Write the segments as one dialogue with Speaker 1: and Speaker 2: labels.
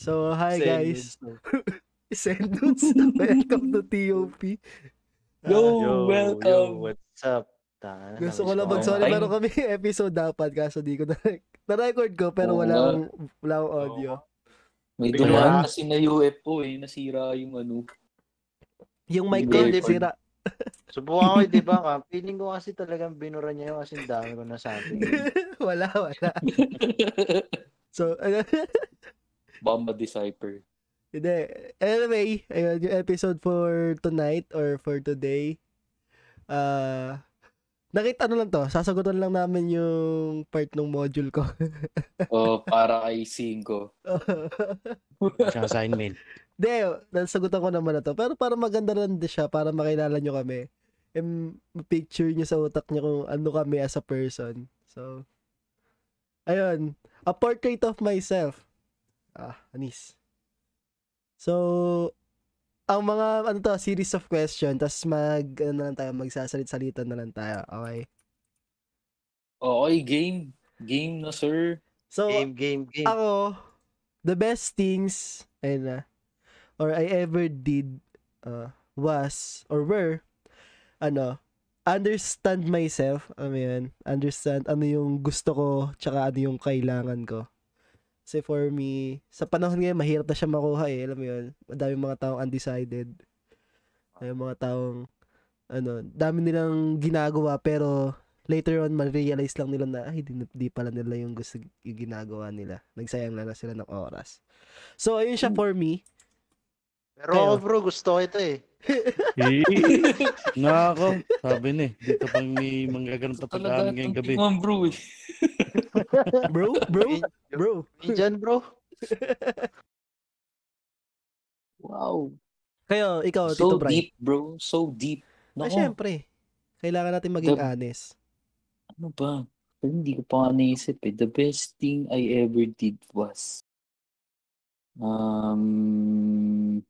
Speaker 1: So, hi
Speaker 2: Send
Speaker 1: guys.
Speaker 2: me.
Speaker 1: Send nudes. Welcome to TOP. Ah,
Speaker 2: Yo,
Speaker 3: Yo, yo,
Speaker 2: welcome.
Speaker 3: what's up? Tana,
Speaker 2: Ano
Speaker 1: gusto ko lang
Speaker 2: ko
Speaker 1: mag-sorry.
Speaker 2: kayo.
Speaker 1: Meron kami episode dapat kaso di ko na... Na-record ko pero
Speaker 2: Oo
Speaker 1: wala
Speaker 2: nga.
Speaker 1: akong, wala akong audio.
Speaker 2: May
Speaker 3: Bigla.
Speaker 2: dumaan kasi na UFO eh. Nasira yung ano.
Speaker 1: Yung mic ko,
Speaker 2: Hindi,
Speaker 1: sira.
Speaker 3: Subukan ko, eh, di ba? Ka? Feeling ko kasi talagang binura niya yun kasi ang dami ko nasabi.
Speaker 1: wala, wala. So, ano,
Speaker 2: Bomba Decipher.
Speaker 1: hindi. Anyway, ayun, yung episode for tonight or for today. Ah... nakita ano lang to, sasagutan lang namin yung part ng module ko.
Speaker 2: O, Oh, para kay Cinco.
Speaker 3: Tsaka assignment.
Speaker 1: Hindi, nasagutan ko naman na to. Pero para maganda rin din siya, para makilala nyo kami. And picture nyo sa utak nyo kung ano kami as a person. So, ayun. A portrait of myself. Ah, anis. So, ang mga, ano to, series of question. Tapos mag, ano na lang tayo, magsasalit-salitan na lang tayo. Okay.
Speaker 2: Okay, Oh, game. Game na, sir.
Speaker 1: So,
Speaker 3: Game, game, game.
Speaker 1: ako, the best things, ayun na, or I ever did, uh, was, or were, ano, understand myself, ano yun, understand ano yung gusto ko, tsaka ano yung kailangan ko. Kasi for me, sa panahon ngayon, mahirap na siya makuha eh, alam mo yun, madami mga taong undecided. May mga taong, ano, dami nilang ginagawa, pero later on ma-realize lang nila na ay di, di pala nila yung gusto yung ginagawa nila. Nagsayang lang na sila ng oras. So ayun siya for me.
Speaker 3: Pero ako bro, gusto ko ito eh.
Speaker 4: Eh, nga ako. Sabi na eh. Dito pang may manggaganong
Speaker 2: Talaga,
Speaker 4: tapagahan ngayong gabi.
Speaker 2: tingnan, bro eh.
Speaker 1: Bro, bro, bro.
Speaker 3: Hindi dyan bro.
Speaker 2: Wow.
Speaker 1: Kayo, ikaw, Oh, Tito
Speaker 2: so
Speaker 1: Brian.
Speaker 2: deep, bro. So deep.
Speaker 1: Ah,
Speaker 2: Nako,
Speaker 1: syempre. Kailangan natin maging
Speaker 2: The-
Speaker 1: honest.
Speaker 2: ano ba? Hindi ko pa nga naisip eh. The best thing I ever did was... Um,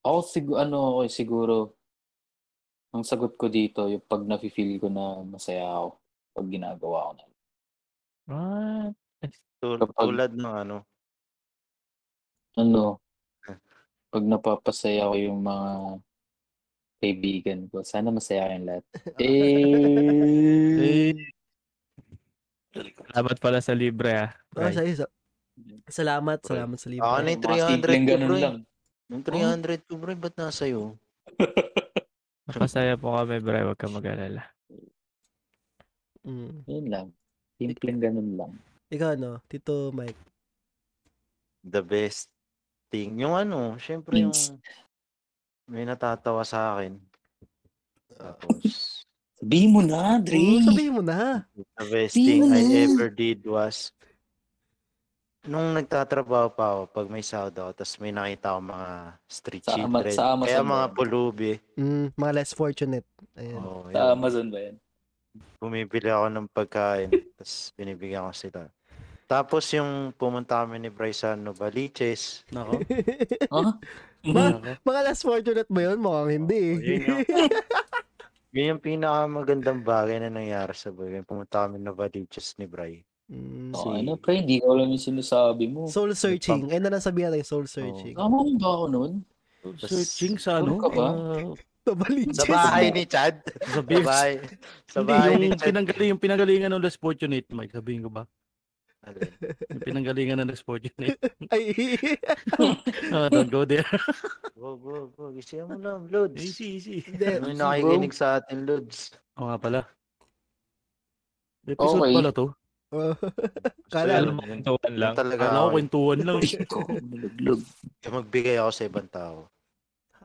Speaker 2: ako siguro, ano ako eh, siguro, ang sagot ko dito, yung pag nafe-feel ko na masaya ako pag ginagawa ko na.
Speaker 4: What?
Speaker 3: Tul-
Speaker 2: Kapag-
Speaker 3: Tulad ng ano.
Speaker 2: ano, pag napapasaya ko yung mga kaibigan ko, sana masaya kayong lahat. eh,
Speaker 4: Eh, salamat pala sa libre ah.
Speaker 1: Oh,
Speaker 4: Right.
Speaker 1: sa'yo, sa- salamat,
Speaker 2: Right.
Speaker 1: salamat sa libre.
Speaker 3: Ako na yung
Speaker 2: mga simpleng
Speaker 3: 300 ko
Speaker 2: ganun
Speaker 3: bro. eh.
Speaker 2: lang.
Speaker 3: Yung 300 ko bro, eh, ba't nasa iyo?
Speaker 4: Nakasaya po kami, bro. Huwag ka mag-alala.
Speaker 1: Mm.
Speaker 2: Oh, Yun lang. Simpleng ganun lang.
Speaker 1: Ikaw ano, Tito Mike.
Speaker 3: the best thing. Yung ano, syempre yung
Speaker 2: Means-
Speaker 3: may natatawa sa akin.
Speaker 2: Ah,
Speaker 3: Tapos,
Speaker 2: Sabihin mo na,
Speaker 1: Oo,
Speaker 2: Dre.
Speaker 1: Mm, sabihin mo na.
Speaker 3: the best
Speaker 2: Sino
Speaker 3: thing I
Speaker 2: na?
Speaker 3: ever did was nung nagtatrabaho pa ako, pag may sahod ako, tapos may nakita ako mga street
Speaker 2: Sa ama-
Speaker 3: children.
Speaker 2: sa Amazon
Speaker 3: kaya
Speaker 2: ba
Speaker 3: mga
Speaker 2: yan?
Speaker 3: pulubi.
Speaker 1: Mm, mga less fortunate. Ayan.
Speaker 3: Oo,
Speaker 2: Sa
Speaker 3: yun.
Speaker 2: Amazon ba yan?
Speaker 3: Bumibili ako ng pagkain, tapos binibigyan ko sila. Tapos yung pumunta kami ni Bryce sa Novaliches.
Speaker 4: Nako.
Speaker 2: Huh?
Speaker 1: Ma- mga less fortunate ba yun? Mukhang hindi eh.
Speaker 3: Oo, Oh,
Speaker 2: Oh,
Speaker 3: yun yung, yun yung pinakamagandang bagay na nangyari sa buhay. ko. Pumunta kami na Valiches ni Bray.
Speaker 1: Mm.
Speaker 2: Oh,
Speaker 3: si-
Speaker 2: ano, pre? Hindi ko alam yung sinasabi mo.
Speaker 1: Soul searching. Ayun na lang sabihin natin,
Speaker 2: Oh.
Speaker 1: soul searching.
Speaker 2: Tama mo ba ako nun?
Speaker 3: Tas-
Speaker 4: Searching sa ano?
Speaker 2: Sure ka ba?
Speaker 4: Ah,
Speaker 1: Tabaliches.
Speaker 3: Sa bahay ni Chad. Sa
Speaker 4: sa beers.
Speaker 3: bahay. Sa bahay ni
Speaker 4: Hindi, yung
Speaker 3: Chad.
Speaker 4: pinanggaling, yung pinanggalingan ng less fortunate, Mike. Sabihin ko ba?
Speaker 3: Alin?
Speaker 4: Yung pinanggalingan ng less fortunate.
Speaker 1: Ay,
Speaker 4: Ah, don't go there.
Speaker 3: Go, go, go. Gising mo lang, Lods.
Speaker 4: Easy, easy.
Speaker 1: hindi.
Speaker 3: Ano yung nakikinig sa atin, Lods?
Speaker 4: Oo nga pala. Episode
Speaker 2: Okay.
Speaker 4: pala to.
Speaker 1: Oh,
Speaker 3: Gusto
Speaker 1: Kala
Speaker 3: yun.
Speaker 4: Alam mo, kwentuhan lang.
Speaker 3: Talaga
Speaker 4: Alam ko,
Speaker 3: ako.
Speaker 4: kwentuhan lang.
Speaker 2: Hindi ko nalaglag.
Speaker 3: Kaya magbigay ako sa ibang tao.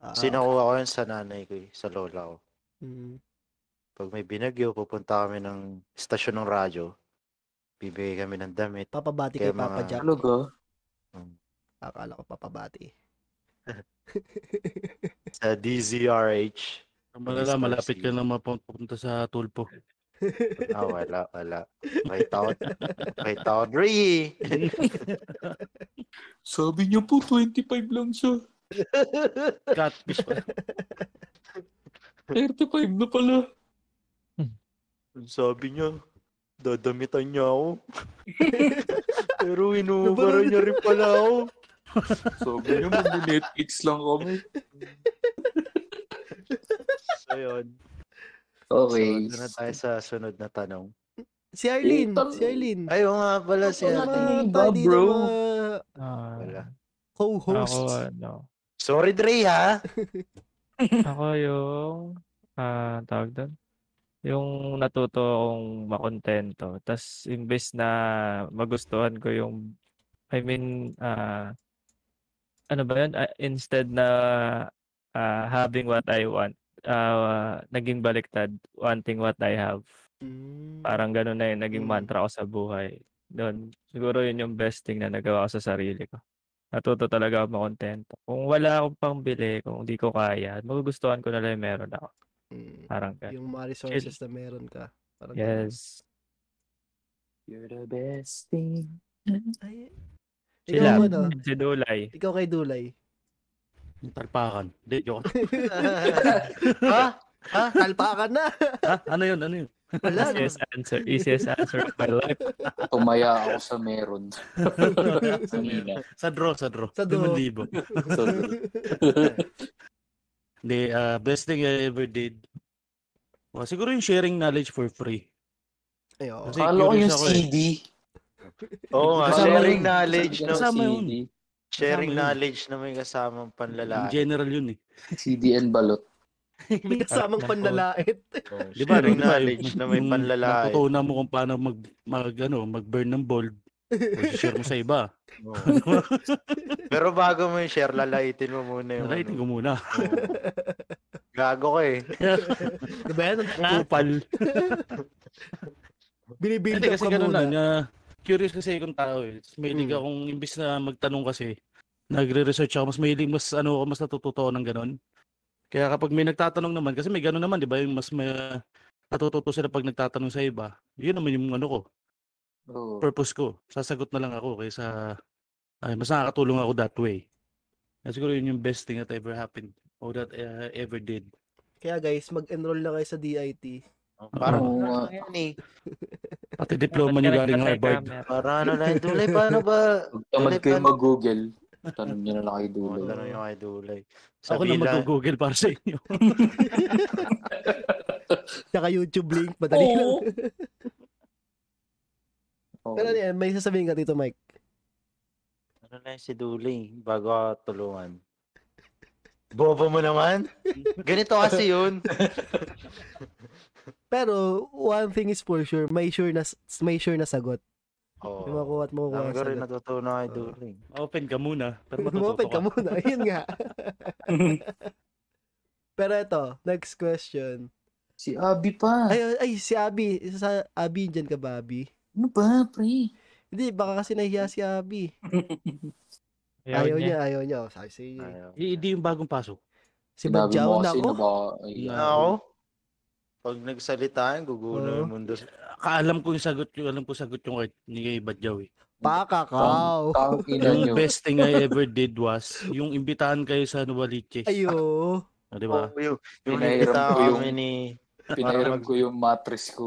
Speaker 1: Ah,
Speaker 3: Kasi nakuha ko yun sa nanay ko, eh, sa lola ko.
Speaker 1: mm.
Speaker 3: Pag may binagyo, pupunta kami ng stasyon ng radyo. Bibigay kami ng damit.
Speaker 1: Papabati
Speaker 3: Kaya
Speaker 1: kay Papa
Speaker 3: mga-
Speaker 1: Jack.
Speaker 4: Ano?
Speaker 2: Talaga?
Speaker 4: oh.
Speaker 1: Akala ko papabati.
Speaker 3: Sa DZRH.
Speaker 4: Malala, malapit ka na mapunta sa tulpo.
Speaker 3: Ah, wala, wala. Kahit ako, kahit ako, Dre.
Speaker 2: Sabi niya po, 25 lang siya.
Speaker 4: Catfish pala.
Speaker 2: 35 na pala.
Speaker 3: Sabi niya, dadamitan niya ako. Pero inuubaran niya rin pala ako.
Speaker 2: Sabi niya, mag-Netflix lang kami.
Speaker 3: So yun.
Speaker 2: Okay.
Speaker 3: So, doon na tayo sa sunod na tanong.
Speaker 1: Si Arlene,
Speaker 2: Eh, tar-
Speaker 1: si Arlene.
Speaker 4: Ano
Speaker 3: Ay, oo nga pala si
Speaker 1: Mga
Speaker 2: natin
Speaker 3: Ate.
Speaker 2: yung iba,
Speaker 1: buddy ng
Speaker 2: bro.
Speaker 1: mga
Speaker 5: Ah,
Speaker 3: Wala.
Speaker 5: ako,
Speaker 4: ah,
Speaker 1: co-hosts.
Speaker 5: ano,
Speaker 3: Sorry, Dre, ha?
Speaker 5: ako yung, ah, tawag doon, yung natuto akong makontento. Tapos, imbes na magustuhan ko yung, I mean, ah, ano ba yun? Ah, instead na ah, having what I want, ah, naging baliktad, wanting what I have.
Speaker 1: Mm.
Speaker 4: ah,
Speaker 5: Parang ganun na yun, naging
Speaker 1: Mm.
Speaker 5: mantra ko sa buhay. Doon, siguro yun yung best thing na nagawa ko sa sarili ko. Natuto talaga ako makontento. Kung wala akong pangbili, kung di ko kaya, magugustuhan ko na lang yung meron ako.
Speaker 1: Mm.
Speaker 5: Parang
Speaker 4: ah,
Speaker 5: ganun.
Speaker 1: Yung mga resources na meron ka. Parang
Speaker 5: Yes.
Speaker 2: You're the best thing.
Speaker 1: ganun. Ay,
Speaker 5: Sila.
Speaker 1: ikaw, ano,
Speaker 5: Si Dulay.
Speaker 1: ikaw kay Dulay.
Speaker 4: Yung Talpakan. Hindi, joke.
Speaker 3: ha?
Speaker 1: ha? Talpakan na.
Speaker 4: Ha? Ano yun? Ano yun?
Speaker 1: Wala. no?
Speaker 5: Easiest answer. Easiest answer of my life.
Speaker 2: Tumaya ako sa meron. Kanina.
Speaker 4: sa draw, sa draw.
Speaker 1: Sa draw.
Speaker 4: 5,000.
Speaker 2: So,
Speaker 4: Hindi, uh, best thing I ever did. Oh, siguro yung sharing knowledge for free.
Speaker 1: Ay, oo.
Speaker 4: Kasi-
Speaker 2: akala ko yung
Speaker 4: curious ako eh.
Speaker 2: CD.
Speaker 3: Oo nga,
Speaker 4: Kasama
Speaker 3: sharing
Speaker 4: yun.
Speaker 3: knowledge, no?
Speaker 4: Kasama yun.
Speaker 2: CD.
Speaker 3: Sharing
Speaker 4: yun.
Speaker 3: knowledge na may kasamang
Speaker 4: In
Speaker 3: panlalaki.
Speaker 4: general yun eh.
Speaker 2: CD and balot.
Speaker 1: May kasamang panlalait.
Speaker 3: Oh,
Speaker 4: Di ba?
Speaker 3: sharing
Speaker 4: di ba,
Speaker 3: knowledge na may
Speaker 4: yung
Speaker 3: panlalaki.
Speaker 4: Natutunan mo kung paano mag, mag, ano, mag-burn ng bulb. O share mo sa iba.
Speaker 3: Oo. Pero bago mo yung share, lalaitin mo muna yung
Speaker 4: Alright,
Speaker 3: ano.
Speaker 4: ko muna.
Speaker 3: Oo. Gago ka eh.
Speaker 1: diba yan? Nga,
Speaker 4: Kupal.
Speaker 1: binibuild
Speaker 4: Hindi
Speaker 1: up
Speaker 4: kasi
Speaker 1: ka
Speaker 4: ganun
Speaker 1: muna.
Speaker 4: lang. ah, curious kasi akong tao eh. Mas Mahilig
Speaker 1: Mm.
Speaker 4: akong, imbis na magtanong kasi, nagre-research ako, mas mahilig, mas ano ako, mas natututo ako ng ganun. Kaya kapag may nagtatanong naman, kasi may ganun naman, di ba? Yung mas may, natututo sila pag nagtatanong sa iba. Yun naman yung ano ko,
Speaker 2: Oh.
Speaker 4: purpose ko. Sasagot na lang ako kaysa, ay, mas nakakatulong ako that way. Kaya siguro yun yung best thing that ever happened or that uh, ever did.
Speaker 1: Kaya guys, mag-enroll na kayo sa DIT.
Speaker 3: Parang
Speaker 2: Oo
Speaker 3: ano
Speaker 2: nga.
Speaker 3: yan eh.
Speaker 4: Pati diploma niyo galing Harvard.
Speaker 3: Parang ano lang. Dulay, paano ba?
Speaker 2: Huwag tamad kayo mag-google. Tanong nyo na lang kay
Speaker 3: Oo,
Speaker 2: Dulo.
Speaker 3: tanong yung kay Dulay.
Speaker 4: Ako na
Speaker 3: Sabi lang,
Speaker 4: mag-google para sa inyo.
Speaker 1: Tsaka YouTube link, madali lang.
Speaker 2: Oo. Oo.
Speaker 1: Pero ano yan, may sasabihin ka dito, Mike.
Speaker 3: ano na yun si Dulay bago ka tulungan. Bobo mo naman? Ganito kasi yun.
Speaker 1: Pero, one thing is for sure, may sure na, may sure na sagot.
Speaker 3: Oo.
Speaker 1: May makuha at makukuha
Speaker 3: Ang
Speaker 1: ang
Speaker 3: ko rin
Speaker 1: sagot.
Speaker 3: natutunan kay
Speaker 1: Oo.
Speaker 3: Dulay.
Speaker 4: Open ka muna. Pero matututo
Speaker 1: Moped ka muna. Ayun nga. Pero ito, next question.
Speaker 2: Si Abby pa.
Speaker 1: Ay, ay si Abby. Isa sa Abby, dyan ka ba, Abby?
Speaker 2: Ano ba, pre?
Speaker 1: Hindi, baka kasi nahiya si Abby. Ayaw, niya, ayaw niya. Oh, Sabi si,
Speaker 3: Ayaw.
Speaker 4: I- Eh, Hindi yung bagong pasok.
Speaker 1: si
Speaker 2: Sinabi
Speaker 1: Badjaw
Speaker 2: mo
Speaker 1: na oh,
Speaker 2: kasi
Speaker 1: ako.
Speaker 2: na baka, ayan.
Speaker 3: Ano Ako? Pag nagsalita, gugulo
Speaker 1: Oo.
Speaker 3: yung mundo.
Speaker 4: Kaalam ko yung sagot yung alam ko sagot yung kahit ni kay Badyaw eh.
Speaker 1: Pakakaw.
Speaker 2: Tang ina nyo.
Speaker 4: Yung best thing I ever did was yung imbitahan kayo sa Novaliches.
Speaker 1: Ayo.
Speaker 4: O, di ba?
Speaker 3: Oo, Yung, yung
Speaker 2: Pinahiram
Speaker 3: nakita
Speaker 2: ko yung-
Speaker 3: kami ni
Speaker 2: Pinahiram
Speaker 3: Parang-
Speaker 2: ko yung mattress ko.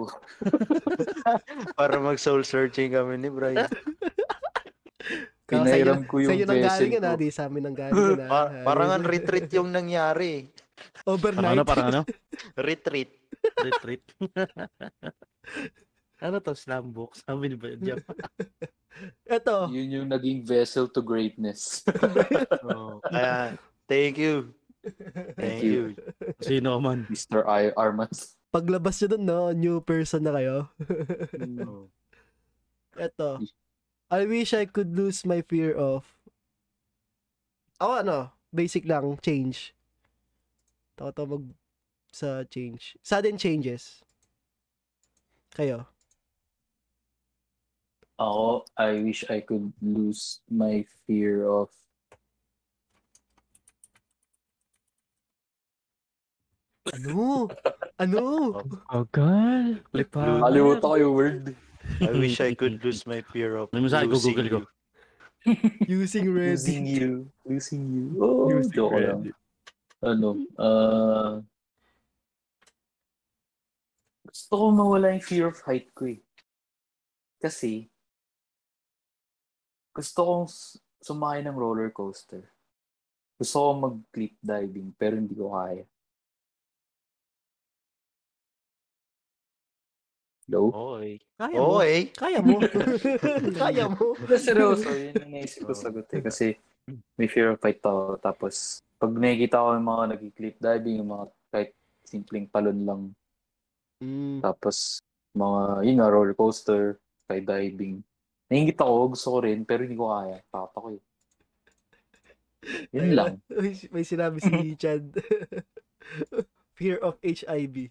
Speaker 3: para mag soul searching kami ni Brian.
Speaker 2: Pinahiram ko
Speaker 1: Sa
Speaker 2: yung
Speaker 1: inyo nang
Speaker 2: vessel
Speaker 1: galing yan, ah,
Speaker 2: ko.
Speaker 1: di sa amin nang galing yan. ah.
Speaker 3: Pa-
Speaker 1: Ayun.
Speaker 3: parang ang retreat yung nangyari.
Speaker 4: Parang ano,
Speaker 1: Overnight.
Speaker 4: parang ano?
Speaker 3: Retreat.
Speaker 4: Retreat. ano to, slam book? Sabi ni Badyaw.
Speaker 1: Ito.
Speaker 2: Yun yung naging vessel to greatness.
Speaker 3: Kaya, thank you. Thank you.
Speaker 4: Sino man.
Speaker 2: Mr. I. Armas.
Speaker 1: Paglabas nyo dun, no? New person na kayo. Ito. I wish I could lose my fear of... Ako ano, basic lang, change. Takot ako mag... sa change. Sudden changes. Kayo.
Speaker 2: Ako, I wish I could lose my fear of
Speaker 1: Ano? ano?
Speaker 5: Agal. Lipa.
Speaker 2: Hollywood ako yung word.
Speaker 3: I wish I could lose my fear of
Speaker 4: May masahe Ano ko,
Speaker 3: losing
Speaker 4: Google ko.
Speaker 3: you.
Speaker 1: Using red.
Speaker 2: Losing you. Losing you. Oh,
Speaker 5: Losing
Speaker 2: joke
Speaker 5: red.
Speaker 2: lang. Ano? ah gusto ko mawala yung fear of height ko eh. Kasi, Gusto kong s- sumakay ng roller coaster. Gusto kong mag-cliff diving pero hindi ko kaya. Hello?
Speaker 5: Oy.
Speaker 1: Kaya mo.
Speaker 3: Oo eh.
Speaker 1: Kaya mo. Kaya mo.
Speaker 2: Pero seryoso, yun ang naisip ko
Speaker 3: Oo.
Speaker 2: sagot eh. Kasi may fear of height ako. Tapos, pag nakikita ko yung mga nag-cliff diving, yung mga kahit simpleng talon lang.
Speaker 1: Mm.
Speaker 2: Ah. Tapos, mga, yun nga, roller coaster, skydiving. Naingit ako, gusto ko rin, pero hindi ko kaya. Papa ko eh. Yun lang.
Speaker 1: Uy, May sinabi si Chad. Fear of HIV.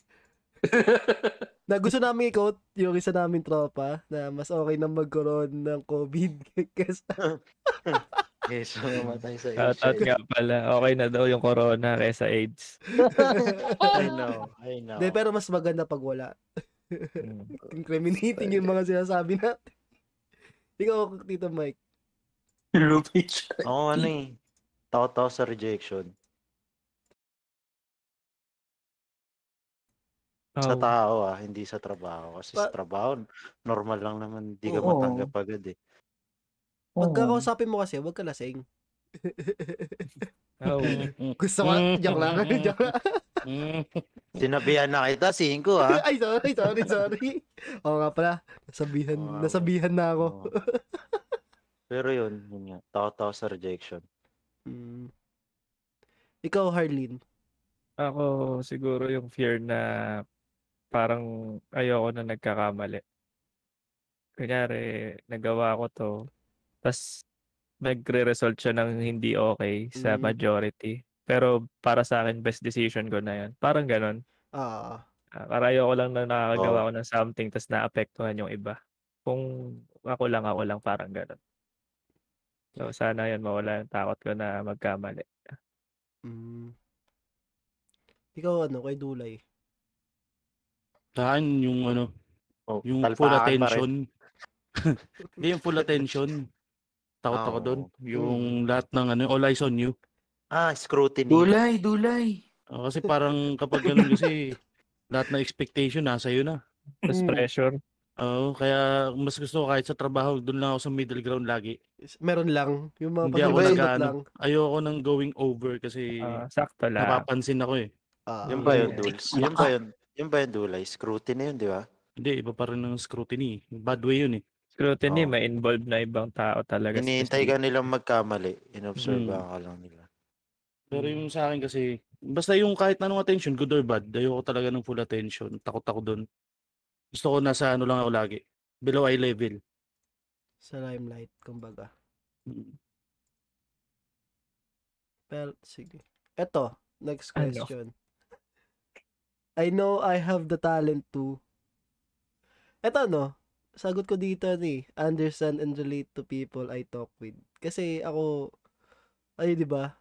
Speaker 1: na gusto namin i-quote yung isa namin tropa na mas okay na magkaroon ng COVID kaysa
Speaker 3: Okay, so mamatay sa
Speaker 5: Shoutout
Speaker 3: Asia.
Speaker 5: nga pala. Okay na daw yung corona kaysa AIDS.
Speaker 3: I know, I know.
Speaker 1: De, pero mas maganda pag wala.
Speaker 5: Mm.
Speaker 1: Incriminating yung mga sinasabi natin. Ikaw, Tito Mike.
Speaker 2: Lupich.
Speaker 3: Oo, ano eh. Takot ako sa rejection. Sa
Speaker 5: Oh.
Speaker 3: tao ah, hindi sa trabaho. Kasi sa
Speaker 1: Pa-
Speaker 3: trabaho, normal lang naman, hindi ka
Speaker 2: Oo.
Speaker 3: matanggap agad eh.
Speaker 2: Oh.
Speaker 1: Pagkakausapin mo kasi, huwag ka lasing.
Speaker 5: Oh.
Speaker 1: Gusto ko, joke lang, joke lang.
Speaker 4: Hmm,
Speaker 3: Sinabihan na kita, 5 ah.
Speaker 1: Ay, sorry, sorry, sorry. Oo nga pala, nasabihan,
Speaker 3: Oo nga.
Speaker 1: nasabihan na ako.
Speaker 3: Oo. Pero yun, yun nga. Takot ako sa rejection.
Speaker 1: Mm. Ikaw, Harleen.
Speaker 5: Ako siguro yung fear na parang ayoko na nagkakamali. Kunyari, nagawa ko to. Tapos nagre-result siya ng hindi okay sa
Speaker 1: Mm.
Speaker 5: majority. Pero para sa akin, best decision ko na yun. Parang ganon.
Speaker 1: Ah,
Speaker 5: Ah, para ayoko lang na nakakagawa ko ng something tapos naapektuhan yung iba. Kung ako lang, ako lang, parang ganon. So, sana yun, mawala yung takot ko na magkamali.
Speaker 1: mm. Ikaw, ano, kay Dulay.
Speaker 4: Saan yung ano,
Speaker 3: Oh,
Speaker 4: yung
Speaker 3: talpakan
Speaker 4: full
Speaker 3: pa rin.
Speaker 4: attention. Hindi yung full attention. Takot
Speaker 3: Ah,
Speaker 4: ako
Speaker 3: Oo. Hmm.
Speaker 4: doon. Yung lahat ng ano, all eyes on you.
Speaker 3: Ah, scrutiny.
Speaker 2: Dulay, dulay.
Speaker 4: Oh, kasi parang kapag ganun kasi lahat ng expectation nasa iyo na.
Speaker 5: Tapos
Speaker 1: Mm.
Speaker 5: pressure.
Speaker 4: Oo, kaya mas gusto ko kahit sa trabaho, doon lang ako sa middle ground lagi.
Speaker 1: Is- Meron lang. Yung mga
Speaker 4: Hindi ako
Speaker 1: pasundot
Speaker 4: nag-ano.
Speaker 1: lang.
Speaker 4: Ayoko nang going over kasi
Speaker 5: ah, sakto lang.
Speaker 4: napapansin ako eh.
Speaker 1: Ah,
Speaker 3: Yun ba yun,
Speaker 5: Yeah.
Speaker 3: Duls? Yun ba yun? Yun ba yun, Dulay? Scrutiny yun, di ba?
Speaker 4: Hindi, iba pa rin ng scrutiny. Bad way yun eh.
Speaker 5: Scrutiny,
Speaker 3: Oo.
Speaker 5: may involved na ibang tao talaga.
Speaker 3: Hinihintay ka nilang magkamali. Inobserve
Speaker 4: Mm.
Speaker 3: ka lang nila.
Speaker 4: Pero
Speaker 2: Mm.
Speaker 4: yung sa akin kasi, basta yung kahit anong attention, good or bad, ayoko talaga ng full attention. Takot ako doon. Gusto ko nasa ano lang ako lagi. Below eye level.
Speaker 1: Sa limelight, kumbaga.
Speaker 4: Mm.
Speaker 1: Well, sige. Eto, next
Speaker 5: Ano?
Speaker 1: question. I know I have the talent to... Eto, no? Sagot ko dito ni understand and relate to people I talk with. Kasi ako, ay di ba?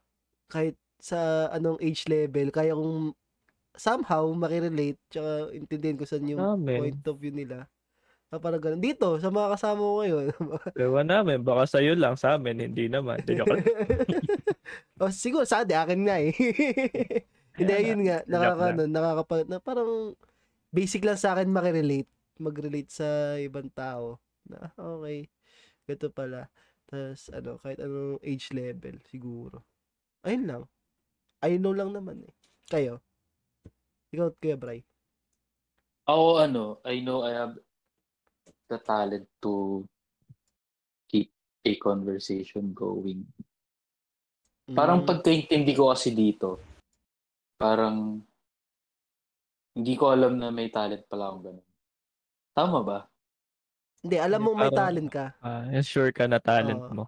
Speaker 1: Kahit sa anong age level, kaya kong somehow makirelate tsaka intindihin ko saan yung
Speaker 5: Namin.
Speaker 1: point of view nila. Ah, parang ganun. Dito, sa mga kasama ko ngayon,
Speaker 5: Ewan namin. Baka sa'yo lang. Sa amin, hindi naman. Joke lang.
Speaker 1: o Oh, siguro sa akin, akin nga eh. Hindi,
Speaker 5: Ayan
Speaker 1: yun nga.
Speaker 5: Joke
Speaker 1: Nakakano, nakakapa, na parang basic lang sa akin makirelate. Mag-relate sa ibang tao. Na, ah, okay. Ito pala. Tapos, ano, kahit anong age level, siguro. Ayun lang. I know lang naman eh. Kayo. Ikaw, Kuya Bray.
Speaker 2: Ako ano, I know I have the talent to keep a conversation going.
Speaker 1: Mm.
Speaker 2: Parang pagkaintindi ko kasi dito, parang hindi ko alam na may talent pala akong ganun. Tama ba?
Speaker 1: Hindi, alam mo may
Speaker 5: Parang-
Speaker 1: talent ka.
Speaker 5: Ah, yung sure ka na talent
Speaker 1: Oo.
Speaker 5: mo.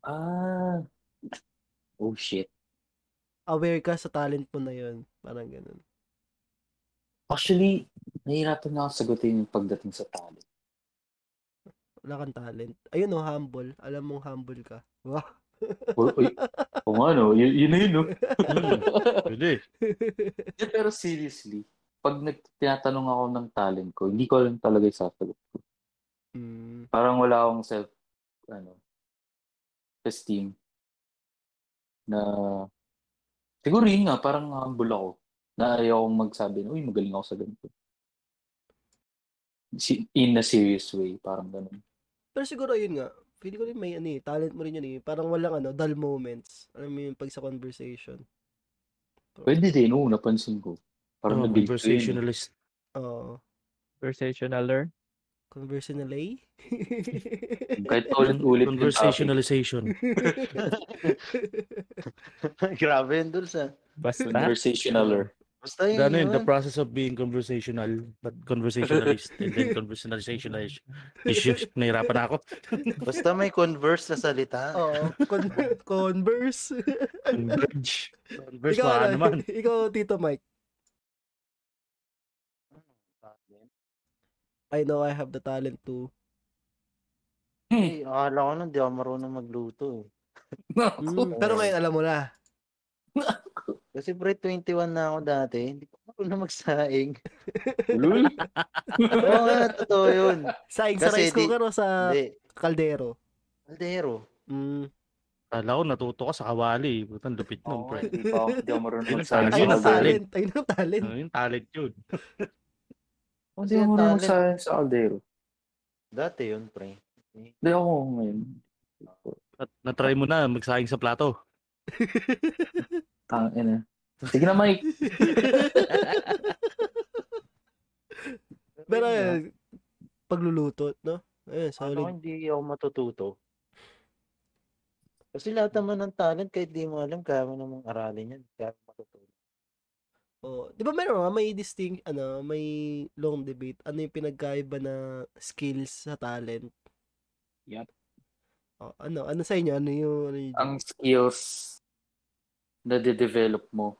Speaker 2: Ah. Oh shit.
Speaker 1: Aware ka sa talent mo na yun. Parang ganun.
Speaker 2: Actually, nahihirapan na ako sagutin yung pagdating sa talent.
Speaker 1: Wala kang talent. Ayun no, humble. Alam mong humble ka.
Speaker 2: O, uy, o nga no, y- yun na yun no.
Speaker 4: Mm. Pwede.
Speaker 2: Yeah, pero seriously, pag nag- tinatanong ako ng talent ko, hindi ko alam talaga yung sasagot ko.
Speaker 1: Mm,
Speaker 2: Parang wala akong self, ano, esteem na siguro yun nga, parang humble ako na ayaw akong magsabi na, uy, magaling ako sa ganito. Si- In a serious way, parang ganun.
Speaker 1: Pero siguro yun nga, feeling ko rin may ano eh, talent mo rin yun eh. Parang walang ano, dull moments. Alam mo yun, pag sa conversation.
Speaker 2: Pwede din, oo, napansin ko. Parang
Speaker 4: Oh,
Speaker 2: na-build ko yun. eh.
Speaker 4: conversationalist.
Speaker 1: Oo.
Speaker 5: Conversationaler.
Speaker 1: Conversational eh?
Speaker 2: Kahit paulit-ulit yung topic.
Speaker 4: Conversationalization.
Speaker 3: Grabe yun dun sa...
Speaker 5: Basta.
Speaker 2: Conversationaler.
Speaker 3: Basta yun.
Speaker 4: Ano yun, the
Speaker 3: yun.
Speaker 4: process of being conversational, but conversationalist, and then conversationalization. Issues, nahirapan na ako.
Speaker 3: Basta may converse na salita.
Speaker 1: Oo. Con- converse.
Speaker 4: Converge. Converse,
Speaker 1: ikaw,
Speaker 4: baka
Speaker 1: ano,
Speaker 4: naman.
Speaker 1: ikaw, Tito Mike. I know I have the talent to.
Speaker 3: Eh, akala ko nun, di ako marunong magluto eh.
Speaker 1: Mm, pero ngayon, alam mo na.
Speaker 3: Kasi pre, 21 na ako dati. Hindi ko marunong magsaing.
Speaker 2: Lul?
Speaker 3: Oo nga, totoo yun.
Speaker 1: Saing sa
Speaker 3: Kasi
Speaker 1: rice cooker
Speaker 3: di-
Speaker 1: o sa
Speaker 3: Hindi.
Speaker 1: kaldero?
Speaker 3: Aldero.
Speaker 1: Mm.
Speaker 4: Kala ko, natuto ka sa kawali. Butang lupit nun,
Speaker 2: Oo,
Speaker 4: pre.
Speaker 2: hindi pa ako- hindi ako marunong
Speaker 4: Yun ang
Speaker 2: magsabi.
Speaker 1: Ayun ang
Speaker 4: Ayun ang talent.
Speaker 1: talent. Ayun ang talent.
Speaker 4: Ano yung talent yun?
Speaker 2: Hindi ako marunong magsabi sa kaldero.
Speaker 3: Dati yun, pre.
Speaker 2: Hindi ako ngayon.
Speaker 4: At natry mo na, magsaing sa plato.
Speaker 3: Ah.
Speaker 2: Tang ina. Sige na, Mike.
Speaker 1: Pero ayun, pagluluto, no? Ayun,
Speaker 3: Ano
Speaker 1: solid.
Speaker 3: hindi ako matututo? Kasi lahat naman ng talent, kahit di mo alam, kaya mo namang aralin yan. Kaya mo matututo.
Speaker 1: Oh, 'di ba meron nga may distinct ano, may long debate. Ano yung pinagkaiba na skills sa talent?
Speaker 2: Yup.
Speaker 1: Oh, ano, ano sa inyo? Ano yung ano yung
Speaker 2: Ang skills na de-develop mo,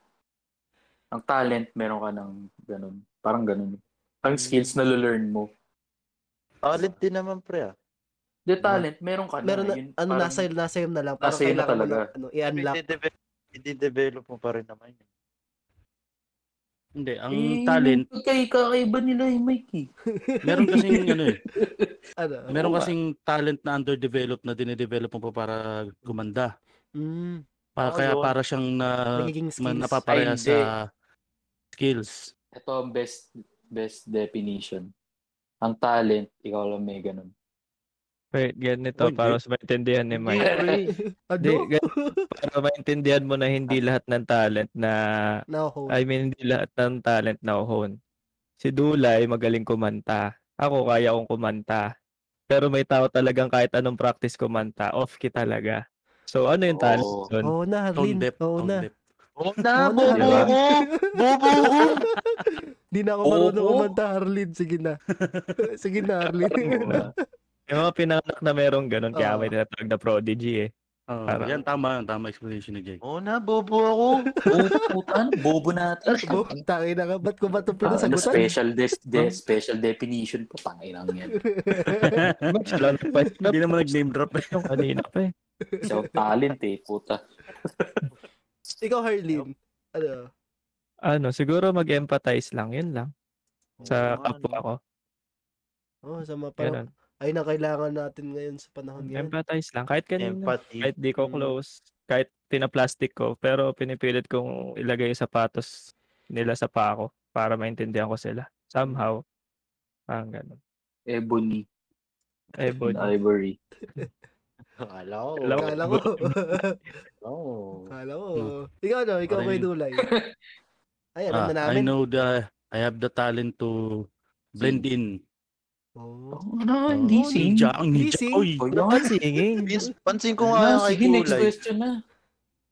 Speaker 2: ang talent, meron ka ng ganun. Parang ganun. Ang skills na learn mo.
Speaker 3: Talent din naman, pre. ah.
Speaker 2: The talent, meron ka na.
Speaker 1: meron na,
Speaker 2: Yun,
Speaker 1: ano
Speaker 2: parang-
Speaker 1: nasa nasa iyo na lang parang
Speaker 2: Nasa iyo na
Speaker 1: kailangan mo
Speaker 2: talaga.
Speaker 1: lang, ano, i-unlock.
Speaker 3: Hindi-develop, hindi-develop mo pa rin naman yun.
Speaker 4: Hindi, ang
Speaker 2: Eh,
Speaker 4: talent,
Speaker 2: Kay, kakaiba nila yung Mike eh.
Speaker 4: meron kasing, ano eh,
Speaker 1: ano?
Speaker 2: Oo
Speaker 4: meron
Speaker 2: nga.
Speaker 4: kasing talent na underdeveloped na dinedevelop mo pa para gumanda.
Speaker 1: Mm,
Speaker 4: Para,
Speaker 3: Oo,
Speaker 4: kaya
Speaker 3: yun.
Speaker 4: para siyang
Speaker 2: Ah,
Speaker 4: na,
Speaker 1: nagiging
Speaker 4: ma-
Speaker 1: skills.
Speaker 2: Ay,
Speaker 4: napapareha
Speaker 2: hindi.
Speaker 4: sa skills.
Speaker 2: Ito ang best best definition. Ang talent, ikaw lang may ganun.
Speaker 5: Wait,
Speaker 4: Oh,
Speaker 5: ganito
Speaker 4: hindi.
Speaker 5: para sa maintindihan ni Mike.
Speaker 1: ano?
Speaker 5: Hindi, gan- para maintindihan mo na hindi lahat ng talent na
Speaker 1: Nakahold.
Speaker 5: I mean hindi lahat ng talent na hone. Si Dulay magaling kumanta. Ako kaya kong kumanta. Pero may tao talagang kahit anong practice kumanta, off key talaga. So ano yung talent
Speaker 2: Oo.
Speaker 5: doon?
Speaker 1: Oo na,
Speaker 4: Tone
Speaker 1: Harlin.
Speaker 4: deaf,
Speaker 1: Oo
Speaker 4: tone
Speaker 1: na.
Speaker 4: deaf.
Speaker 3: Oo
Speaker 1: Oo
Speaker 3: na,
Speaker 1: na,
Speaker 3: bobo
Speaker 5: diba?
Speaker 3: ko! Bobo ko!
Speaker 1: Di na ako
Speaker 2: Oo.
Speaker 1: marunong kumanta, Harlin. Sige na. Sige na, Harlin.
Speaker 5: Diba? Yung mga pinanganak na merong ganun, kaya may tinatawag na prodigy eh.
Speaker 4: Oo,
Speaker 5: Parang-
Speaker 4: yan, tama, tama explanation ni Jake.
Speaker 3: Oo na, bobo ako!
Speaker 2: Bobo putan, bobo natin.
Speaker 1: Oh, tangin na ka. Ba't ko ba ito
Speaker 2: Ah, ano,
Speaker 1: pinasagutan?
Speaker 2: special des- de- special definition po tangin ang yan.
Speaker 5: Wala na pa-
Speaker 4: Hindi naman nag-name drop.
Speaker 5: yung kanina pa eh.
Speaker 2: So talent eh, puta.
Speaker 1: Ikaw, Harlin. Ano?
Speaker 5: Ano, siguro mag-empathize lang, yun lang. Sa kapwa ko.
Speaker 1: Oh, sa mga parang,
Speaker 5: Ganun.
Speaker 1: ay na kailangan natin ngayon sa panahon ngayon.
Speaker 5: Empathize lang. Kahit kanina.
Speaker 3: Empathy.
Speaker 5: Kahit di ko
Speaker 1: Mm.
Speaker 5: close. Kahit pinaplastic ko. Pero pinipilit kong ilagay yung sapatos nila sa paa ko para maintindihan ko sila. Somehow. Parang ganun.
Speaker 2: Ebony,
Speaker 5: Eh,
Speaker 2: and
Speaker 5: Bonnie.
Speaker 2: ivory.
Speaker 3: Akala ko.
Speaker 5: Alam-
Speaker 1: Kala ko.
Speaker 3: Akala ko.
Speaker 1: Kala ko. Ikaw ano? Ikaw kay
Speaker 4: Harlin.
Speaker 1: Dulay. Ay, alam
Speaker 4: Ah,
Speaker 1: na namin.
Speaker 4: I know the, I have the talent to blend in.
Speaker 1: Oh.
Speaker 2: no,
Speaker 4: Oh, Ninja, ang ninja.
Speaker 1: Gising.
Speaker 4: Oy,
Speaker 5: Singing.
Speaker 3: Pins- Pansin ko nga yan kay
Speaker 2: sige, next
Speaker 3: Dulay.
Speaker 2: question na.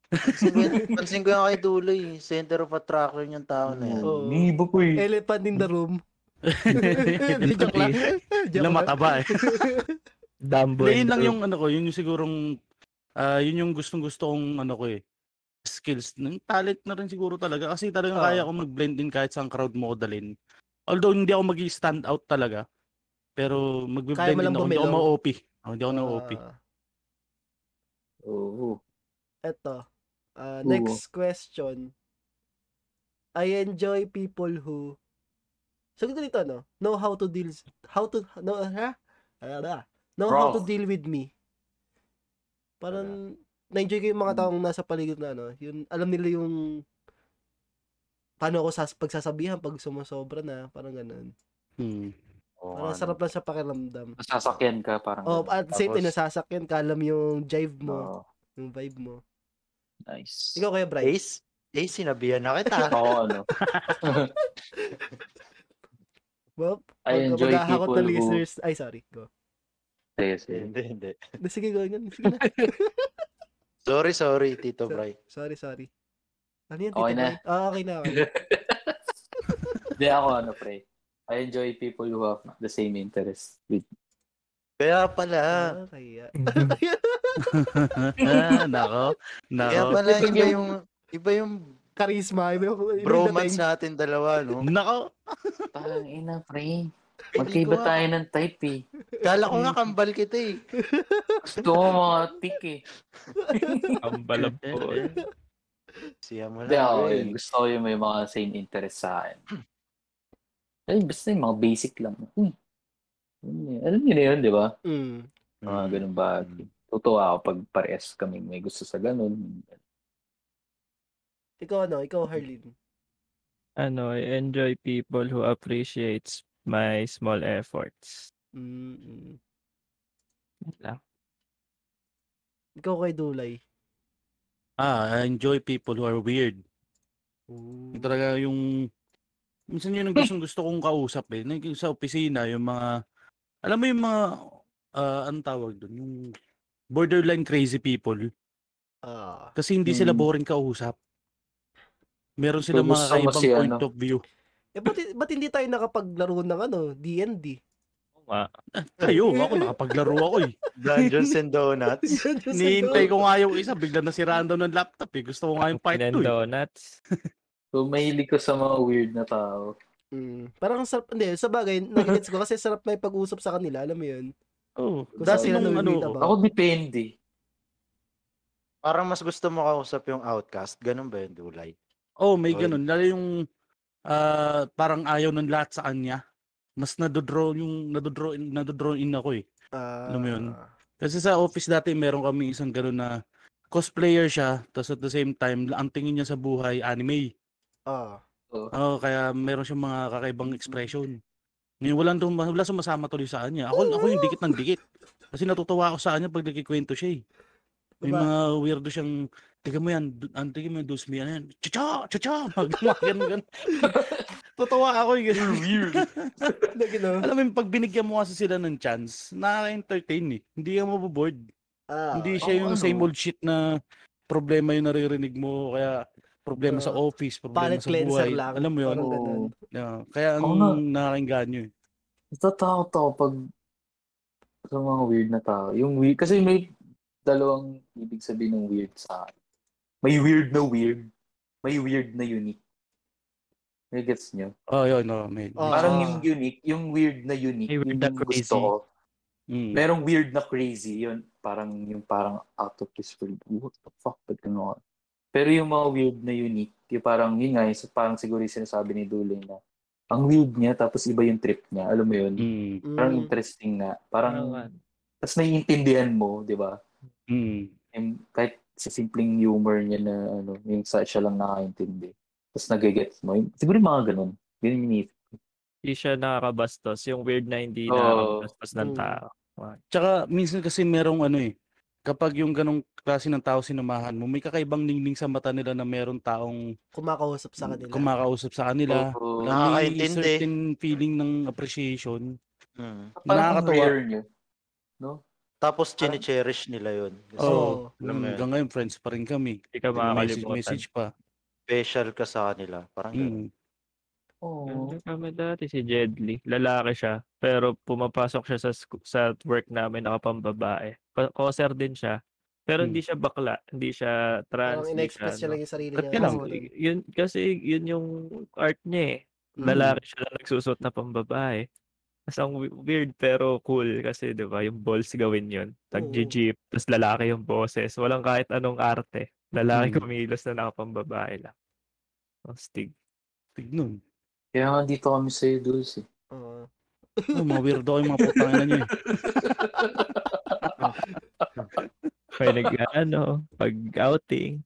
Speaker 3: Pansin ko- Pansin ko nga kay Dulay. eh. Center of attraction yung tao na Ano yan.
Speaker 1: Oo.
Speaker 2: Nibo ko eh.
Speaker 1: Elephant in the room. Hindi, joke lang. Joke
Speaker 4: Ilang
Speaker 1: lang.
Speaker 4: mataba eh.
Speaker 5: Dumbo.
Speaker 4: Hindi, yun lang
Speaker 1: oh.
Speaker 4: yung ano ko, yun yung sigurong, ah, yun yung gustong gusto kong ano ko eh, skills. Yung talent na rin siguro talaga kasi talagang
Speaker 1: Oo.
Speaker 4: kaya ko mag-blend in kahit saan crowd mo ko dalhin. Although hindi ako magi stand out talaga,
Speaker 1: Kaya
Speaker 4: pero
Speaker 1: mo
Speaker 4: magbe-blend
Speaker 1: lang
Speaker 4: in ako, hindi ako
Speaker 1: bumilong.
Speaker 4: ma-OP. Oh, hindi ako na-OP.
Speaker 1: Ah,
Speaker 2: Oo.
Speaker 1: eto. Ah,
Speaker 2: Oo.
Speaker 1: next question. I enjoy people who Sagot ko dito no. Know how to deal how to no ha? Ano? Know how to
Speaker 2: Bro.
Speaker 1: deal with me. Parang na-enjoy ko yung mga taong nasa paligid na ano, yun alam nila yung paano ako sas pagsasabihan pag sumasobra na, parang ganun.
Speaker 4: Hmm.
Speaker 3: Oo ano? nga,
Speaker 1: Parang
Speaker 3: no?
Speaker 1: sarap lang sa pakiramdam.
Speaker 2: Masasakyan ka parang.
Speaker 1: Oh,
Speaker 2: ganun.
Speaker 1: at same time,
Speaker 3: Tapos-
Speaker 1: nasasakyan ka, alam yung jive mo,
Speaker 2: Oo,
Speaker 1: yung vibe mo.
Speaker 2: nice.
Speaker 1: Ikaw kaya, Bryce?
Speaker 3: Ace? Ace, sinabihan na kita.
Speaker 2: Oo, ano.
Speaker 1: Well,
Speaker 2: I
Speaker 1: mag-
Speaker 2: enjoy
Speaker 1: maghahakot
Speaker 2: people
Speaker 1: ng
Speaker 2: who...
Speaker 1: listeners. Ay, sorry. Go.
Speaker 2: Sige, sige.
Speaker 3: hindi, hindi.
Speaker 1: Hindi, Sige, go. Yan. Sige na.
Speaker 3: Sorry, sorry, Tito
Speaker 1: Sorry.
Speaker 3: Bray.
Speaker 1: sorry, sorry. Ano yan,
Speaker 2: Okay
Speaker 1: Tito
Speaker 2: na.
Speaker 1: Bryce? Ah, okay na. Okay. na.
Speaker 2: Hindi ako ano, pre. I enjoy people who have the same interest with
Speaker 3: Kaya pala,
Speaker 1: Ah, kaya.
Speaker 4: Ah, nako.
Speaker 3: kaya
Speaker 4: Nako.
Speaker 3: pala iba yung, iba yung
Speaker 1: Karisma. Iba yung iba yung
Speaker 3: bromance
Speaker 1: dating.
Speaker 3: natin dalawa, no?
Speaker 4: Nako.
Speaker 2: Parang ina, pre.
Speaker 3: Feeling ko
Speaker 2: Magkaiba
Speaker 3: nga-
Speaker 2: tayo ng type eh.
Speaker 3: Kala ko nga kambal kita eh.
Speaker 2: Gusto ko mga tik eh.
Speaker 5: Ang balabot.
Speaker 3: Siya mo
Speaker 2: Hindi
Speaker 3: lang.
Speaker 2: ako
Speaker 3: bro,
Speaker 2: yun.
Speaker 3: eh.
Speaker 2: Gusto ko yung may mga same interest sa akin. Ay, basta yung mga basic lang. Hmm. Yun eh. Alam niyo na yun, di ba?
Speaker 1: Mm.
Speaker 2: Mga ganun bagay. Tutuwa ako pag parehas kami may gusto sa ganun.
Speaker 1: Ikaw ano? Ikaw, Harlin.
Speaker 5: Ano, I enjoy people who appreciates my small efforts.
Speaker 1: Mm, mm.
Speaker 5: Yun lang.
Speaker 1: Ikaw kay Dulay.
Speaker 4: Ah, I enjoy people who are weird.
Speaker 1: Ooh.
Speaker 4: Yung talaga yung minsan yun ang
Speaker 2: Hmm.
Speaker 4: gustong gusto kong kausap eh. Like, yung Sa opisina, yung mga alam mo yung mga ah, anong tawag doon, yung borderline crazy people
Speaker 1: Ah.
Speaker 4: kasi hindi sila
Speaker 2: Mm.
Speaker 4: boring kausap. Meron silang
Speaker 2: gusto
Speaker 4: mga
Speaker 2: mo
Speaker 4: kaibang
Speaker 2: si
Speaker 4: point
Speaker 2: ano?
Speaker 4: of view.
Speaker 1: Eh, ba't, ba't hindi tayo nakapaglaro ng ano? D&D?
Speaker 5: Oo nga.
Speaker 4: Kayo, ako nakapaglaro ako eh.
Speaker 3: Dungeons and Donuts.
Speaker 4: Nihintay ko nga yung isa, bigla na si random ng laptop eh. Gusto ko nga yung part
Speaker 5: Pin and
Speaker 4: 2 eh.
Speaker 5: donuts.
Speaker 2: So, mahilig ko sa mga weird na tao.
Speaker 1: Mm. Parang ang sarap, hindi, sa bagay, nagigets ko kasi sarap may pag-usap sa kanila, alam mo yun?
Speaker 4: Oh,
Speaker 1: Kung
Speaker 2: Dati
Speaker 1: saan sila
Speaker 4: nung
Speaker 1: nag-meet
Speaker 4: ano,
Speaker 1: about.
Speaker 2: Ako depende.
Speaker 3: Parang mas gusto mo kausap yung outcast. Ganun ba yung dulay?
Speaker 4: oh, may
Speaker 3: Okay.
Speaker 4: ganun. Lalo yung ah, parang ayaw ng lahat sa kanya. Mas nadodraw yung nadodraw in, nadodraw in ako eh.
Speaker 1: Ah,
Speaker 4: Alam mo yun? Kasi sa office dati meron kami isang ganun na cosplayer siya, tapos at the same time ang tingin niya sa buhay anime.
Speaker 1: Ah.
Speaker 4: Oh, kaya meron siyang mga kakaibang expression. Ngayon, walang tum- wala sumasama tuloy sa kanya. Ako, ako yung dikit ng dikit. Kasi natutuwa ako sa kanya pag nagkikwento siya eh. May
Speaker 1: Diba?
Speaker 4: mga weirdo siyang, tiga mo yan, du- ang tiga mo yung dusmi, ano yan, chacha, chacha, magkakagan, ganun. Tutuwa ako eh. Weird.
Speaker 1: Ano, gano'n?
Speaker 4: Alam mo, yung pag binigyan mo kasi sila ng chance, nakaka-entertain eh. Hindi ka maboboard.
Speaker 1: Ah.
Speaker 4: Hindi siya
Speaker 2: oo,
Speaker 4: yung same
Speaker 2: ano.
Speaker 4: old shit na problema yung naririnig mo, kaya problema sa
Speaker 1: Ah,
Speaker 4: office, problema
Speaker 1: palate
Speaker 4: sa
Speaker 1: cleanser
Speaker 4: buhay.
Speaker 1: lang.
Speaker 4: Alam mo yun?
Speaker 1: Parang
Speaker 2: Oo.
Speaker 1: ganun.
Speaker 4: Yeah. Kaya ang
Speaker 2: Oo nga.
Speaker 4: nakakainganyo eh.
Speaker 2: Natatakot ako pag sa mga weird na tao. Yung weird, kasi may dalawang ibig sabihin ng weird sa akin. May weird na weird. May weird na unique. May gets nyo?
Speaker 4: Oh, yun, no, man.
Speaker 1: Oo.
Speaker 2: Parang yung unique, yung weird na unique,
Speaker 5: Ah. May weird
Speaker 2: yung
Speaker 5: na crazy.
Speaker 2: gusto ko.
Speaker 4: Mm.
Speaker 2: Merong weird na crazy, yun. Parang yung parang out of this world. What the fuck? Ba't ganun ka? Pero yung mga weird na unique, yung parang, yun nga, yung parang siguro yung sinasabi ni Duloy na, ang weird niya, tapos iba yung trip niya. Alam mo yun?
Speaker 4: Mm.
Speaker 2: Parang
Speaker 1: Mm.
Speaker 2: interesting nga.
Speaker 5: Oo
Speaker 2: Parang,
Speaker 5: nga.
Speaker 2: tapos naiintindihan mo, di ba?
Speaker 4: Mm.
Speaker 2: Yung kahit sa simpleng humor niya na ano, yung sa siya lang nakakaintindi. Tapos nagigets mo. Yung- Siguro yung mga ganun. Ganun yung iniisip.
Speaker 5: Hindi siya nakakabastos. Yung weird na hindi
Speaker 2: Oo.
Speaker 5: nakakabastos ng
Speaker 1: Mm.
Speaker 5: tao.
Speaker 4: Tsaka minsan kasi merong ano eh, kapag yung ganong klase ng tao sinamahan mo, may kakaibang ningning sa mata nila na merong taong
Speaker 1: Kumakausap
Speaker 4: Mm,
Speaker 1: sa kanila.
Speaker 4: kumakausap sa kanila.
Speaker 2: Oo.
Speaker 4: na may
Speaker 3: Nakakaintindi.
Speaker 4: certain feeling ng appreciation.
Speaker 3: Hmm.
Speaker 2: Parang ang
Speaker 4: Nakakatawa.
Speaker 2: rare niya.
Speaker 3: Tapos chine-cherish nila yun. Kasi
Speaker 1: Oo.
Speaker 4: Oo.
Speaker 3: Alam mo yun.
Speaker 4: hanggang ngayon, friends pa rin kami.
Speaker 5: Hindi ka
Speaker 4: Message,
Speaker 5: makakalimutan.
Speaker 4: message pa.
Speaker 3: special ka sa kanila. Parang ganun.
Speaker 4: Mm.
Speaker 2: Oo.
Speaker 5: Ano kami dati si Jedly. Lalaki siya. Pero pumapasok siya sa, sku- sa work namin nakapambabae. Pa- Coser din siya. Pero hindi siya bakla. Hindi siya trans.
Speaker 1: Parang
Speaker 5: hindi
Speaker 1: ina-express siya
Speaker 5: siya, ano.
Speaker 1: lang yung sarili
Speaker 4: Ba't
Speaker 1: niya.
Speaker 4: ka lang?
Speaker 1: Tapos ganun.
Speaker 5: Oo, yun, kasi yun yung art niya eh.
Speaker 1: mm.
Speaker 5: Lalaki siya na nagsusot na pambabae. Tapos ang we- weird pero cool kasi 'di ba yung balls gawin yun. Tag-jeep, tapos lalaki yung boses. Walang kahit anong arte.
Speaker 4: Mm.
Speaker 5: Lalaki kumilos na nakapambabae lang. Astig.
Speaker 4: Tignan.
Speaker 2: Kaya nga dito kami sa eh. Dulce.
Speaker 1: Oo.
Speaker 4: Oh, mga weirdo kayo, mga putangina niyo. eh.
Speaker 5: May nag ano, pag outing.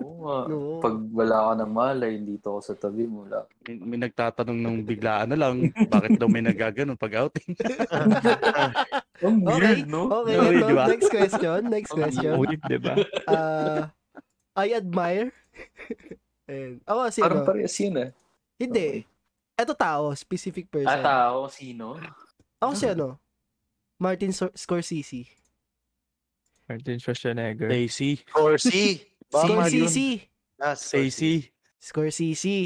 Speaker 2: Oo nga.
Speaker 1: No.
Speaker 2: Pag wala ka ng malay, dito ako sa tabi mo. Wala.
Speaker 4: May, may nagtatanong ng biglaan na lang, bakit daw may nagaganon pag outing?
Speaker 2: Ang
Speaker 1: Okay.
Speaker 2: weird, no?
Speaker 1: Okay,
Speaker 4: No,
Speaker 1: ito,
Speaker 4: di ba?
Speaker 1: next question. Next
Speaker 2: Ang
Speaker 1: question.
Speaker 5: Ulit, di ba?
Speaker 1: Ah, I admire. And, ako, sino?
Speaker 2: Parang parehas yun eh.
Speaker 1: Hindi. Eto tao, specific person.
Speaker 2: Ah, tao, sino?
Speaker 1: Ako si ano? Martin Sor- Scorsese.
Speaker 5: Martin Schwarzenegger.
Speaker 4: Stacy,
Speaker 3: Corsi. Bama yun.
Speaker 1: Scorsese.
Speaker 3: Ah, Stacy.
Speaker 4: Stacy,
Speaker 1: Scorsese.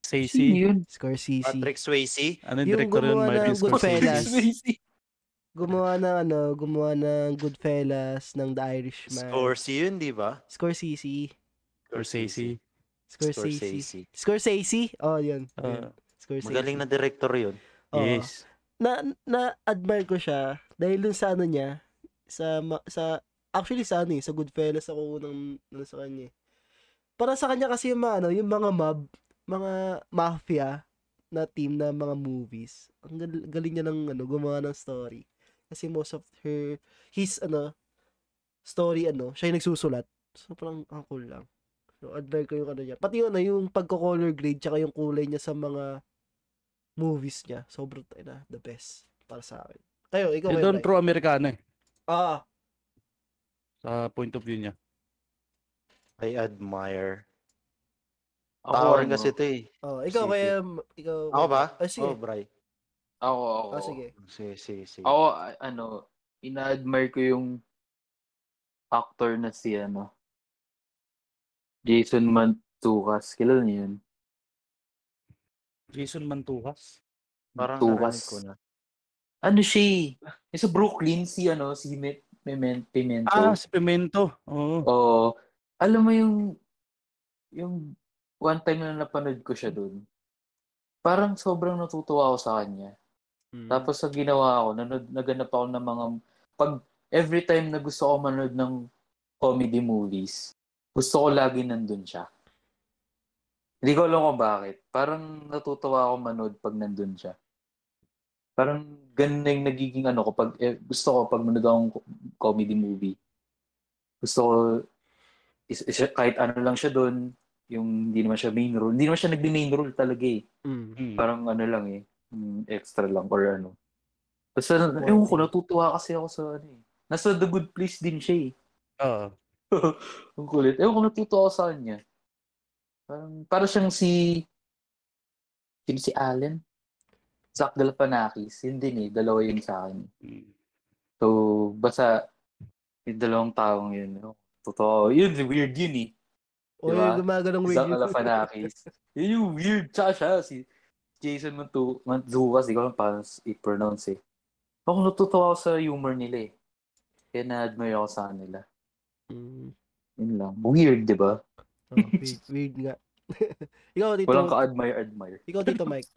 Speaker 2: Sino
Speaker 4: Stacy.
Speaker 2: yun?
Speaker 1: Scorsese.
Speaker 3: Patrick Swayze.
Speaker 4: Ano yung
Speaker 1: Yung
Speaker 4: director yun?
Speaker 1: gumawa
Speaker 4: Martin
Speaker 1: ng Goodfellas.
Speaker 4: Scorsese.
Speaker 1: Gumawa ng ano, gumawa ng Goodfellas, ng The Irishman.
Speaker 3: Scorsese yun, di ba?
Speaker 1: Scorsese.
Speaker 4: Scorsese.
Speaker 1: Scorsese. Scorsese. Oh, yun. yun.
Speaker 5: Ah,
Speaker 1: Scorsese.
Speaker 3: Magaling na director yun.
Speaker 1: Oo.
Speaker 4: Yes.
Speaker 1: na na-admire ko siya dahil dun sa ano niya sa ma- sa actually sa ano eh, sa Goodfellas ako unang ano sa kanya. eh. Para sa kanya kasi yung mga ano, yung mga mob, mga mafia na team na mga movies. Ang gal- galing niya ng ano, gumawa ng story. Kasi most of her his ano story ano, siya yung nagsusulat. So parang ang cool lang. So admire ko yung ano niya. Pati yun, ano, yung pagko-color grade tsaka yung kulay niya sa mga movies niya. Sobrang tayo na, the best para sa akin. Kayo, ikaw
Speaker 4: Eh,
Speaker 1: kayo.
Speaker 4: doon
Speaker 1: Mike.
Speaker 4: pro-Americano eh.
Speaker 1: Ah,
Speaker 4: Sa point of view niya.
Speaker 3: I admire.
Speaker 2: Ako,
Speaker 3: Tao rin
Speaker 2: ano?
Speaker 3: kasi ito eh.
Speaker 1: oh, ikaw
Speaker 3: Sige.
Speaker 1: kaya, ikaw.
Speaker 3: Ako ba?
Speaker 1: Ah, sige.
Speaker 3: Oh, Bray.
Speaker 2: Ako, ako.
Speaker 1: Ah, sige.
Speaker 3: Sige, sige, sige.
Speaker 2: Ako, a- ano, ina-admire ko yung actor na si, ano, Jason Mantzoukas. Kilala niyo yun?
Speaker 4: Jason Mantukas.
Speaker 3: Parang
Speaker 2: Tukas.
Speaker 3: Ah, narinig ko na.
Speaker 2: Ano siya eh? Sa Brooklyn, si, ano, si Me- Memen- Pimento.
Speaker 4: Ah, si Pimento. Oo.
Speaker 2: Oo. Alam mo yung yung one time na napanood ko siya dun, parang sobrang natutuwa ako sa kanya. Tapos ang ginawa ko, nanood, naganap ako ng mga, pag every time na gusto ko manood ng comedy movies, gusto ko lagi nandun siya. Hindi ko alam kung bakit. Parang natutuwa ako manood pag nandun siya. Parang ganun na yung nagiging ano ko. Pag, eh, gusto ko pag manood akong co- comedy movie, gusto ko is, is, kahit ano lang siya doon, yung hindi naman siya main role. Hindi naman siya nagdi-main role talaga eh.
Speaker 1: Mm.
Speaker 4: Hmm.
Speaker 2: Parang ano lang eh, mm, extra lang or ano. Basta, ewan ko, natutuwa kasi ako sa ano eh. Nasa The Good Place din siya eh.
Speaker 4: Oo.
Speaker 2: Ang kulit. Ewan ko, natutuwa ako sa kanya. Parang, para siyang si, sino si Allen? Zach Galifianakis. Yun din eh, dalawa yun sa akin.
Speaker 4: Hmm.
Speaker 2: So, basta, yung dalawang taong yun. no? Totoo. Yun, weird yun eh.
Speaker 1: O
Speaker 2: diba?
Speaker 1: yung gumaganong
Speaker 2: Zach Galifianakis. Yun yung weird. Tsaka siya, si Jason Mantu Mantzoukas, di ko alam paano s- i-pronounce eh. Ako natutuwa ako sa humor nila eh. Kaya na-admire ako sa kanila.
Speaker 1: Mm.
Speaker 2: Yun lang. Weird, di ba?
Speaker 1: Oh, weird, weird nga. ikaw dito,
Speaker 2: Walang ka-admire-admire.
Speaker 1: ikaw dito Mike.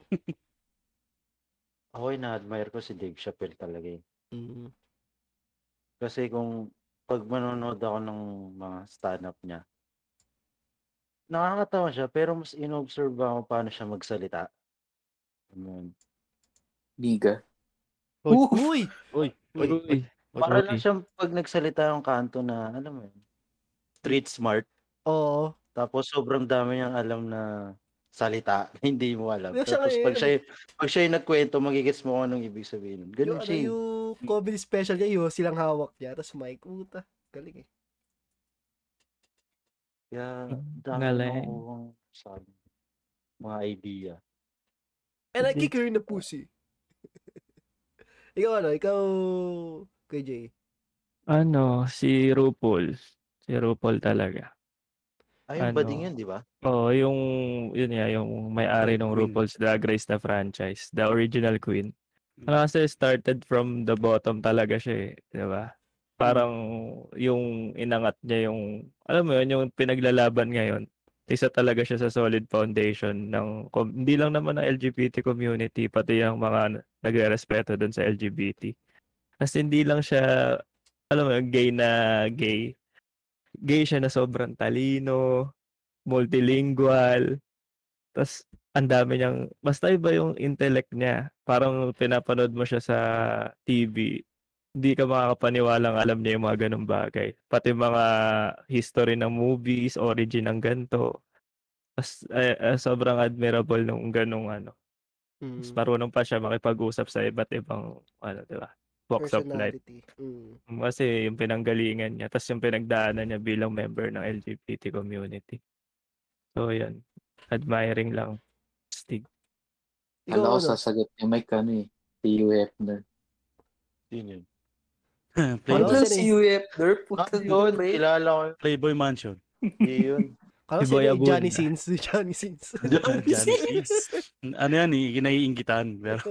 Speaker 3: Ako na-admire ko si Dave Chappelle talaga eh.
Speaker 1: Mm.
Speaker 3: Kasi kung pag manonood ako ng mga stand-up niya, nakakatawa siya pero mas inobserve ako paano siya magsalita. Ganun.
Speaker 2: Niga.
Speaker 1: Uy!
Speaker 2: Oof.
Speaker 1: Uy!
Speaker 4: Uy. Uy.
Speaker 5: Uy,
Speaker 3: Para lang
Speaker 5: okay.
Speaker 3: siyang pag nagsalita yung kanto na, alam mo yun, street smart.
Speaker 1: Oo.
Speaker 3: Tapos sobrang dami niyang alam na salita na hindi mo alam.
Speaker 1: Yung siya
Speaker 3: Tapos pag
Speaker 1: ngayon.
Speaker 3: siya, eh. pag siya yung nagkwento, magigits mo kung anong ibig sabihin. nun.
Speaker 1: Yung
Speaker 3: Ganun
Speaker 1: ano,
Speaker 3: siya. eh.
Speaker 1: yung comedy special niya, yung silang hawak niya. Tapos Mike, puta. Galing eh.
Speaker 3: Kaya
Speaker 5: Mm,
Speaker 3: dami
Speaker 5: galing.
Speaker 3: na akong sabi. Mga idea.
Speaker 1: And I kick her in the pussy. ikaw ano, ikaw, KJ.
Speaker 5: Ano, si RuPaul. Si RuPaul talaga.
Speaker 3: Ay, yung
Speaker 5: Ano?
Speaker 3: bading yun, di ba?
Speaker 5: Oo, yung, yun nga, yung may-ari ng
Speaker 3: Queen.
Speaker 5: RuPaul's Drag Race na franchise. The original queen. Ano kasi started from the bottom talaga siya eh, di ba? Parang yung inangat niya yung, alam mo yun, yung pinaglalaban ngayon. Isa talaga siya sa solid foundation ng, com- hindi lang naman ng LGBT community, pati yung mga nagre-respeto dun sa LGBT. Kasi hindi lang siya, alam mo yun, gay na gay. Gay siya na sobrang talino, multilingual, tas ang dami niyang, basta iba yung intellect niya. Parang pinapanood mo siya sa TV, hindi ka makakapaniwalang alam niya yung mga ganong bagay. Pati mga history ng movies, origin ng ganto. As, eh, eh, sobrang admirable nung ganong ano.
Speaker 1: Mm.
Speaker 5: Mas marunong pa siya makipag-usap sa iba't ibang ano, di ba? Walks of life.
Speaker 1: Personality. Mm.
Speaker 5: Kasi yung pinanggalingan niya, tapos yung pinagdaanan niya bilang member ng LGBT community. So, yan. Admiring lang. Stig.
Speaker 1: Ikaw,
Speaker 2: Alam ko
Speaker 1: ano?
Speaker 2: sasagot ni Mike ano eh. Si Hugh Hefner.
Speaker 3: Yun yun.
Speaker 1: Ano
Speaker 4: Playboy,
Speaker 1: Hello? si
Speaker 2: Hugh Hefner?
Speaker 3: Ah, yun, kilala ko yun.
Speaker 4: Playboy Mansion.
Speaker 3: Hindi yun.
Speaker 1: Kala ko
Speaker 5: Si Boy
Speaker 1: sino yung
Speaker 5: Abun.
Speaker 1: Johnny Sins. Si Johnny Sins.
Speaker 4: Johnny Sins. Ano yan eh, ginaiingitan. Pero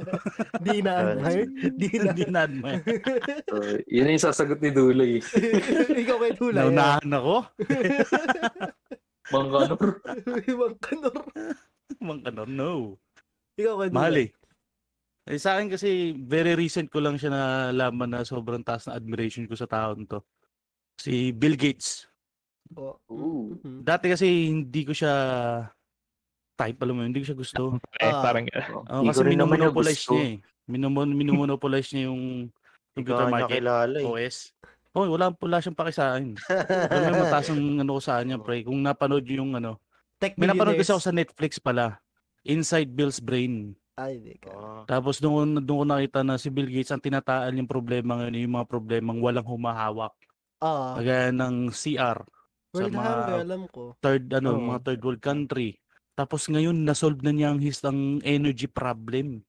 Speaker 1: Di na-admire. Di na.
Speaker 4: hindi na admire.
Speaker 2: Oh, yun yung sasagot ni Duloy.
Speaker 1: Ikaw kay Tulay. ah.
Speaker 4: Naunahan ako.
Speaker 2: Manganor.
Speaker 1: Ibang kanor.
Speaker 4: Mang ano, no.
Speaker 1: Ikaw kay Tulay.
Speaker 4: Mahal eh. Eh, sa akin kasi, very recent ko lang siya nalaman na sobrang taas na admiration ko sa taon to. Si Bill Gates. eh.
Speaker 1: Oo.
Speaker 2: Ooh.
Speaker 1: Mhm.
Speaker 4: Dati kasi hindi ko siya type, alam mo, yun, hindi ko siya gusto.
Speaker 5: Eh,
Speaker 1: Ah.
Speaker 5: parang
Speaker 4: Oh,
Speaker 2: Hindi
Speaker 4: kasi
Speaker 2: ko rin naman yung
Speaker 4: minomonopolize
Speaker 2: gusto.
Speaker 4: niya eh. Minomon, minomonopolize niya yung
Speaker 3: Ikaw
Speaker 4: computer
Speaker 3: ang
Speaker 4: market,
Speaker 3: nakilala eh.
Speaker 4: OS. Oh, wala, wala siyang paki sa akin. Alam mo, mataas ang ano ko sa kanya, pre. Kung napanood niyo yung ano.
Speaker 1: Tech
Speaker 4: May napanood
Speaker 1: Millionaires.
Speaker 4: kasi ako sa Netflix pala. Inside Bill's Brain.
Speaker 1: Ay, hindi ka.
Speaker 3: Oo.
Speaker 4: Tapos doon doon ko nakita na si Bill Gates ang tinataan yung problema ngayon yung mga problemang walang humahawak.
Speaker 1: Ah,
Speaker 4: Kagaya ng CR,
Speaker 1: World
Speaker 4: mga-
Speaker 1: Hunger, alam ko.
Speaker 4: third ano,
Speaker 5: Oo.
Speaker 4: mga third world country. Tapos ngayon na-solve na niya ang his ang energy problem.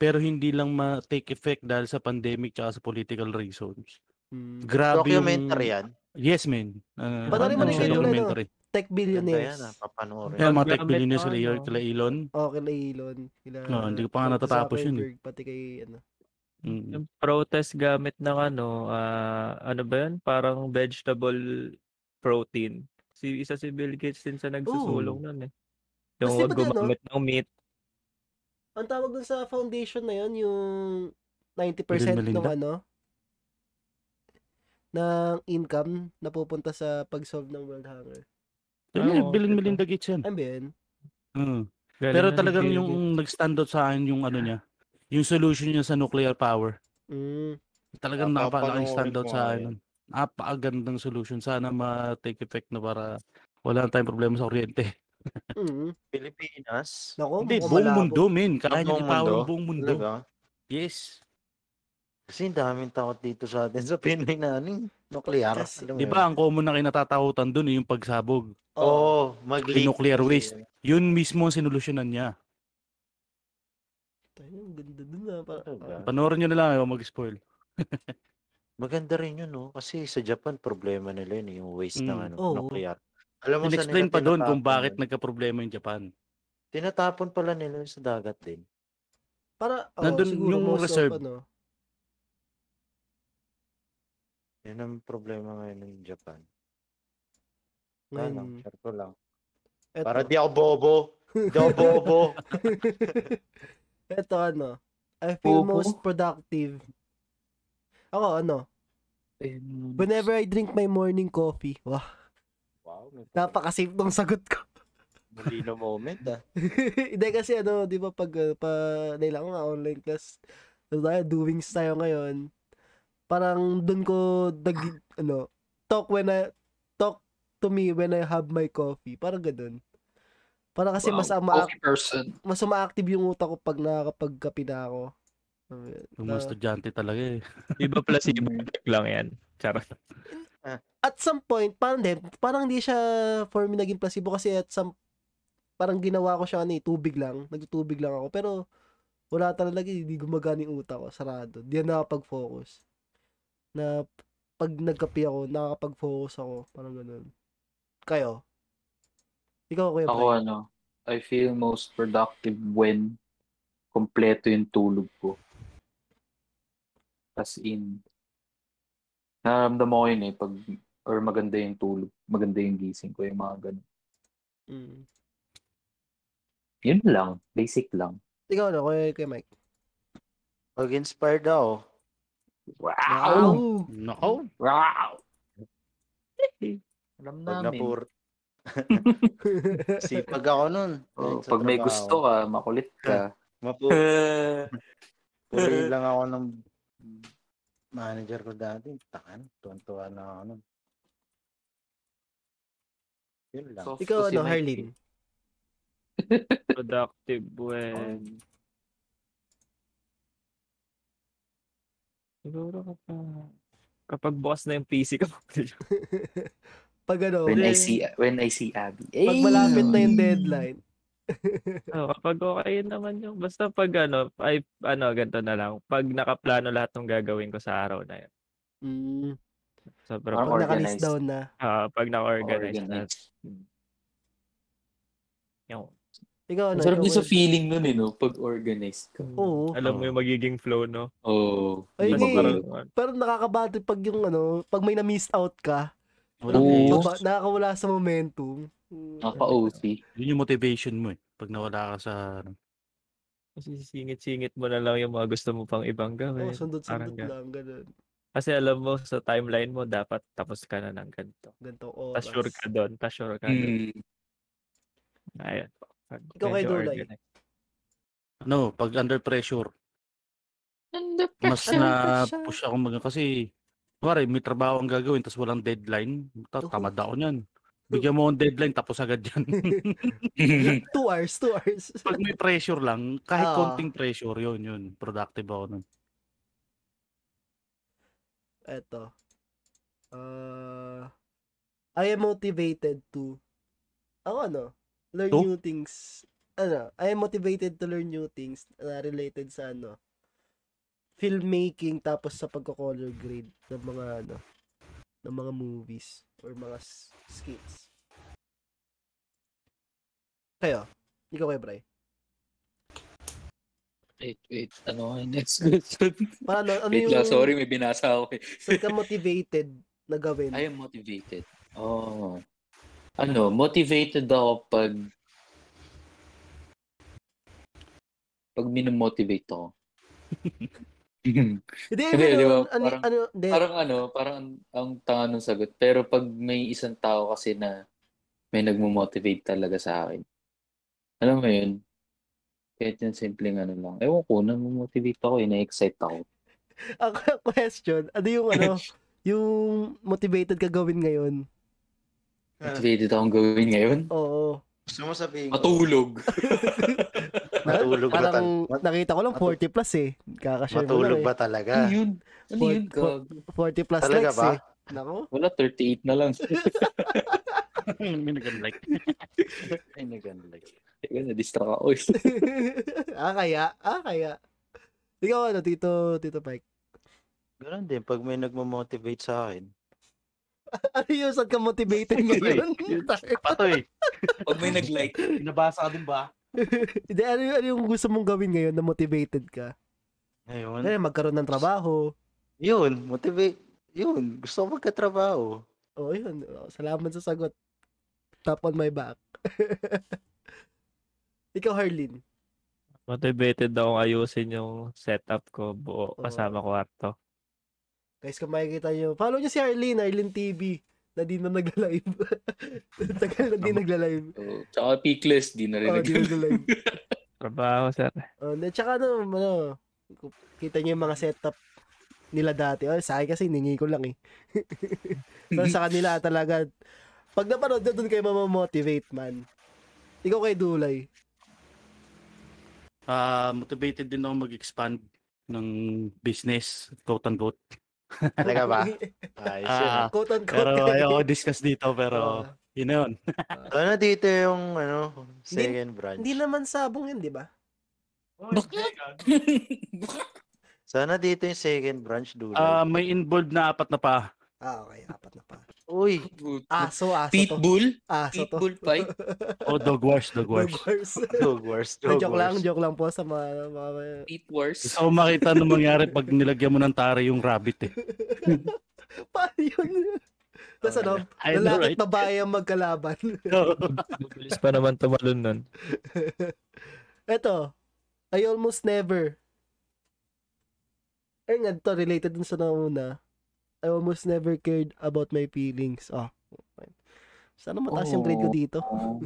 Speaker 4: Pero hindi lang ma-take effect dahil sa pandemic tsaka sa political reasons.
Speaker 1: Mm.
Speaker 4: Grabe
Speaker 3: Documentary
Speaker 4: yung...
Speaker 3: yan.
Speaker 4: Yes, man. Uh,
Speaker 1: Panorin
Speaker 5: mo rin kayo
Speaker 1: yung ano,
Speaker 4: documentary.
Speaker 1: Tech
Speaker 3: Ganda yan,
Speaker 1: Billionaires.
Speaker 3: ah, papanoorin.
Speaker 4: Kaya mga tech
Speaker 5: Gamit
Speaker 4: billionaires
Speaker 5: na,
Speaker 4: kila Elon,
Speaker 5: no?
Speaker 4: kila Elon.
Speaker 1: Oh, kila Elon. Kila,
Speaker 4: Oo, hindi ko pa nga
Speaker 1: Mark
Speaker 4: natatapos yun eh.
Speaker 1: Zuckerberg, Pati kay, ano.
Speaker 4: Mm.
Speaker 5: yung protest gamit ng ano, ah, ano ba yun? Parang vegetable protein. Si, isa si Bill Gates din sa nagsusulong nun eh. Yung
Speaker 1: Kasi
Speaker 5: huwag
Speaker 1: ba't ano?
Speaker 5: gumamit ng meat.
Speaker 1: Ang tawag dun sa foundation na yun, yung 90%
Speaker 4: Bill
Speaker 1: ng
Speaker 4: Melinda?
Speaker 1: ano, ng income na pupunta sa pag-solve ng World Hunger.
Speaker 4: Bill,
Speaker 5: Oo,
Speaker 4: Bill and
Speaker 5: totoo.
Speaker 4: Melinda Gates yan.
Speaker 1: Ano ba yun?
Speaker 4: Mm.
Speaker 5: Galing
Speaker 4: Pero
Speaker 5: na ni
Speaker 4: talagang
Speaker 5: Bill Gates.
Speaker 4: yung nag-stand out sa akin yung ano niya, yung solution niya sa nuclear power.
Speaker 1: Mm.
Speaker 4: Talagang
Speaker 3: Napapanoorin
Speaker 4: napakalaking stand out
Speaker 3: ko
Speaker 4: sa
Speaker 3: nga eh.
Speaker 4: akin. nun. Napakagandang solution. Sana ma-take effect na para wala na tayong problema sa kuryente.
Speaker 1: Mm.
Speaker 3: Pilipinas?
Speaker 1: Naku,
Speaker 4: Hindi,
Speaker 1: mukhang
Speaker 4: buong
Speaker 1: malabo.
Speaker 4: mundo, min. Kaya niya
Speaker 3: buong
Speaker 4: i-power
Speaker 3: mundo?
Speaker 4: ang buong mundo.
Speaker 3: Talaga?
Speaker 4: Yes.
Speaker 3: Kasi ang daming takot dito sa atin sa Pinoy na ano, eh, nuclear.
Speaker 1: Kasi-
Speaker 3: Alam mo
Speaker 4: Di
Speaker 3: yun?
Speaker 4: ba, Diba, ang common na kinatatakutan dun eh, yung pagsabog.
Speaker 1: Oo.
Speaker 3: Oo, mag-leak.
Speaker 4: Nuclear waste. Yun mismo ang sinolusyonan niya.
Speaker 1: Tayo, ang ganda dun ah. Para,
Speaker 3: Ano ba?
Speaker 4: Panoorin niyo na lang, ayaw mag-spoil.
Speaker 3: Maganda rin yun, no? Kasi sa Japan, problema nila yun, yung waste ng
Speaker 4: Mm.
Speaker 3: ano,
Speaker 1: Oo.
Speaker 3: nuclear. Alam saan
Speaker 4: In-explain
Speaker 3: nila eh.
Speaker 4: pa doon kung
Speaker 3: tinatapon
Speaker 4: bakit
Speaker 3: yun?
Speaker 4: nagka-problema yung Japan.
Speaker 3: Tinatapon pala nila yun sa dagat eh. din.
Speaker 1: para oo,
Speaker 4: Nandun
Speaker 1: siguro
Speaker 4: yung
Speaker 1: most of,
Speaker 4: reserve.
Speaker 1: ano,
Speaker 3: Ah, Yun ang problema ngayon ng Japan. Ano,
Speaker 4: Mm.
Speaker 1: ngayon,
Speaker 3: share ko lang.
Speaker 1: eto.
Speaker 3: Para di ako bobo. Di ako bobo.
Speaker 1: Ito ano, I feel
Speaker 2: Opo.
Speaker 1: most productive. Ako ano,
Speaker 4: eh.
Speaker 1: whenever I drink my morning coffee, wah,
Speaker 3: wow, nag-
Speaker 1: napaka-safe tong sagot ko.
Speaker 3: Molino moment, ah.
Speaker 1: Hindi kasi ano, di ba pag, uh, pa, dahil ako nga online class, so tayo, doings tayo ngayon, parang dun ko, nag, ano, talk when I, talk to me when I have my coffee, parang ganun. Para kasi mas, ama,
Speaker 2: Okay person.
Speaker 1: mas umaactive yung utak ko pag nakakapagkape na ako. Ayun.
Speaker 4: Yung mga estudyante talaga eh.
Speaker 5: Iba placebo effect lang yan. Charot.
Speaker 1: at some point, parang hindi, parang hindi siya for me naging placebo kasi at some, parang ginawa ko siya ano eh, tubig lang. Nagtutubig lang ako. Pero, wala talaga, eh, hindi gumagana yung utak ko. Sarado. Di na nakapag-focus. Na, pag nagkape ako, nakakapag-focus ako. Parang ganun. Kayo? Ikaw, Kuya
Speaker 2: Ako
Speaker 1: Brian.
Speaker 2: ano, I feel most productive when kompleto yung tulog ko. As in, naramdaman ko yun eh, pag, or maganda yung tulog, maganda yung gising ko, yung mga ganun.
Speaker 1: Mm.
Speaker 2: Yun lang, basic lang.
Speaker 1: Ikaw ano, Kuya, Kuya Mike?
Speaker 3: Pag-inspired ako.
Speaker 2: Wow!
Speaker 4: Nako.
Speaker 2: Wow! Alam
Speaker 3: Pag
Speaker 2: namin.
Speaker 3: napur... Sipag ako nun.
Speaker 2: Oh,
Speaker 3: Sa
Speaker 2: pag may
Speaker 3: trabaho.
Speaker 2: gusto ka, makulit ka.
Speaker 3: Mapu- Puri lang ako ng manager ko dati, takan, tuwan-tuwa na ako nun. Yun lang.
Speaker 2: Soft
Speaker 1: Ikaw
Speaker 2: to si
Speaker 1: ano,
Speaker 2: Mike.
Speaker 1: Harleen?
Speaker 5: productive eh. when siguro kapag kapag bukas na yung PC ko
Speaker 1: Pag ano,
Speaker 2: When
Speaker 1: eh,
Speaker 2: I see when I see Abby.
Speaker 1: pag malapit na yung deadline.
Speaker 5: oh, kapag okay naman yung basta pag ano ay ano ganito na lang pag nakaplano lahat ng gagawin ko sa araw na yun
Speaker 1: Mm,
Speaker 5: sobrang
Speaker 1: pag
Speaker 2: Parang
Speaker 1: nakalist
Speaker 2: organized.
Speaker 1: down na.
Speaker 5: ah, pag na-organize na
Speaker 2: Organized.
Speaker 5: yung
Speaker 1: Ikaw ano?
Speaker 2: Ang sarap
Speaker 1: ikaw,
Speaker 2: din sa
Speaker 1: Will?
Speaker 2: feeling nun eh, no? Pag organized ka.
Speaker 1: Oo.
Speaker 5: alam mo yung magiging flow no
Speaker 2: Oo. Oh,
Speaker 1: Ay,
Speaker 5: Hindi mo
Speaker 1: eh.
Speaker 5: parang
Speaker 1: Parang nakakabati pag yung ano, pag may na-miss out ka,
Speaker 4: Walang
Speaker 2: Oo.
Speaker 4: oh.
Speaker 1: baba- nakakawala sa momentum. Mm,
Speaker 2: Naka-OC.
Speaker 4: Yun yung motivation mo eh. Pag nawala ka sa...
Speaker 5: kasi singit-singit mo na lang yung mga gusto mo pang ibang
Speaker 1: Oo,
Speaker 5: gawin
Speaker 1: sundot-sundot
Speaker 5: Parang ganun.
Speaker 1: lang, ganun.
Speaker 5: Kasi alam mo, sa timeline mo, dapat tapos ka na ng ganito.
Speaker 1: Gantong oras.
Speaker 5: Tas sure ka doon, tas sure ka doon.
Speaker 2: Mm.
Speaker 5: Ayun. Pag
Speaker 1: Mm. Ikaw kay
Speaker 5: medyo
Speaker 1: Dulay.
Speaker 5: organized.
Speaker 4: Ano, pag under pressure, mas na push ako mag... Kasi, pare, may trabaho ang gagawin tapos walang deadline. Ta-
Speaker 1: Oo.
Speaker 4: Tamad ako niyan. Bigyan mo akong deadline tapos agad yan.
Speaker 1: Two hours, two hours.
Speaker 4: pag may pressure lang, kahit
Speaker 1: Ah.
Speaker 4: konting pressure, yun, yun. Productive ako nun.
Speaker 1: Eto. Uh, I am motivated to ako ano, learn
Speaker 4: To?
Speaker 1: new things. Ano, I am motivated to learn new things na related sa ano, filmmaking tapos sa pagko-color grade ng mga ano, ng mga movies or mga s- skits. Kayo, ikaw kay Bray.
Speaker 2: Wait, wait. Ano ang next question?
Speaker 1: Paano, ano
Speaker 2: wait
Speaker 1: yung
Speaker 2: lang, sorry. May binasa ako eh.
Speaker 1: saan ka motivated na gawin?
Speaker 2: I am motivated. Oh. Ano, motivated ako pag pag minumotivate ako.
Speaker 1: Hindi,
Speaker 2: Hindi,
Speaker 1: ano,
Speaker 2: di ba?
Speaker 1: ano,
Speaker 2: Parang-
Speaker 1: ano, hindi.
Speaker 2: parang ano, parang ang- ang tanga ng sagot. Pero pag may isang tao kasi na may nagmo-motivate talaga sa akin. Alam mo yun? Kahit yung simpleng ano lang. Ewan ko, nag-motivate ako eh, na-excite ako.
Speaker 1: Ang question, ano yung ano, yung motivated ka gawin ngayon?
Speaker 2: Motivated akong gawin ngayon.
Speaker 1: Oo.
Speaker 3: Gusto mo sabihin ko,
Speaker 2: Matulog. Ano
Speaker 3: matulog ba talaga?
Speaker 1: Parang nakita ko lang 40 plus eh. Kakashare ko
Speaker 3: Matulog
Speaker 1: lang
Speaker 3: ba
Speaker 1: eh.
Speaker 3: talaga?
Speaker 2: ano yun? Ano
Speaker 1: Fort-
Speaker 2: yun?
Speaker 1: Fort-
Speaker 2: Gago.
Speaker 1: 40 plus
Speaker 3: Talaga
Speaker 1: likes
Speaker 3: ba?
Speaker 1: eh. Nako.
Speaker 2: Wala, 38 na lang.
Speaker 4: May nag-like.
Speaker 3: Ay, nag-unlike.
Speaker 2: Teka, na-distract ako. eh.
Speaker 1: ah, kaya. Ah, kaya. Ikaw ano, Tito, Tito Pike.
Speaker 3: Ganun din, pag may nagmo-motivate sa akin,
Speaker 1: Ano yung saan ka motivated ngayon?
Speaker 4: Patoy,
Speaker 2: Pag may nag-like,
Speaker 4: nabasa ka din ba?
Speaker 1: Hindi, ano, yung- ano yung gusto mong gawin ngayon na motivated ka?
Speaker 3: ngayon,
Speaker 1: Kaya magkaroon ng trabaho.
Speaker 3: yun, motivate, yun, gusto ko magkatrabaho.
Speaker 1: Oo, yun. Oo, Salamat sa sagot. Top on my back. Ikaw, Harleen.
Speaker 5: Motivated akong ayusin yung setup ko buo
Speaker 1: Oo.
Speaker 5: kasama kwarto.
Speaker 1: Guys, kung makikita nyo, follow nyo si Arlene, Arlene TV, na di na nagla-live. Tagal na di nagla-live.
Speaker 2: oh, tsaka peakless, di na rin
Speaker 1: Oh, di
Speaker 2: nag-
Speaker 1: nagla-live.
Speaker 5: Trabaho, sir.
Speaker 1: Oh, na, tsaka ano, ano, kita nyo yung mga setup nila dati. Oh, sa akin kasi ningi ko lang eh. Pero sa kanila talaga, pag napanood na doon kayo mamamotivate man. Ikaw kay Dulay.
Speaker 4: Ah, motivated din ako mag-expand ng business, quote unquote.
Speaker 3: Talaga ba? Ayos yun.
Speaker 4: Ah,
Speaker 1: quote on quote.
Speaker 4: pero ayoko discuss dito, pero yun na yun.
Speaker 3: Ano dito yung, ano, second branch.
Speaker 1: hindi naman sabong yun, di ba?
Speaker 3: Sana dito yung second branch, dulo.
Speaker 4: Ah, may involved na apat na pa.
Speaker 1: Ah, okay. Apat na pa.
Speaker 3: Uy,
Speaker 2: Ah,
Speaker 1: Aso, aso to.
Speaker 2: Pitbull?
Speaker 1: Aso to.
Speaker 2: Pitbull fight?
Speaker 4: O Oh, dog wars, dog wars.
Speaker 1: Dogwars.
Speaker 3: dog wars,
Speaker 1: Ay,
Speaker 3: dog
Speaker 1: joke lang,
Speaker 3: wars.
Speaker 1: joke lang po sa mga... mga
Speaker 2: Pit wars?
Speaker 4: Gusto ko makita ano mangyari pag nilagyan mo ng tare yung rabbit eh.
Speaker 1: paano yun? Tapos ano,
Speaker 4: I know,
Speaker 1: lalaki
Speaker 4: right?
Speaker 1: at babae ang magkalaban.
Speaker 5: Mabilis pa naman tumalon nun.
Speaker 1: Eto, I almost never. Eh nga, to, related dun sa nauna. I almost never cared about my feelings. Oh, fine. Sana mataas yung grade ko
Speaker 2: Oh.
Speaker 1: dito.
Speaker 2: Oo.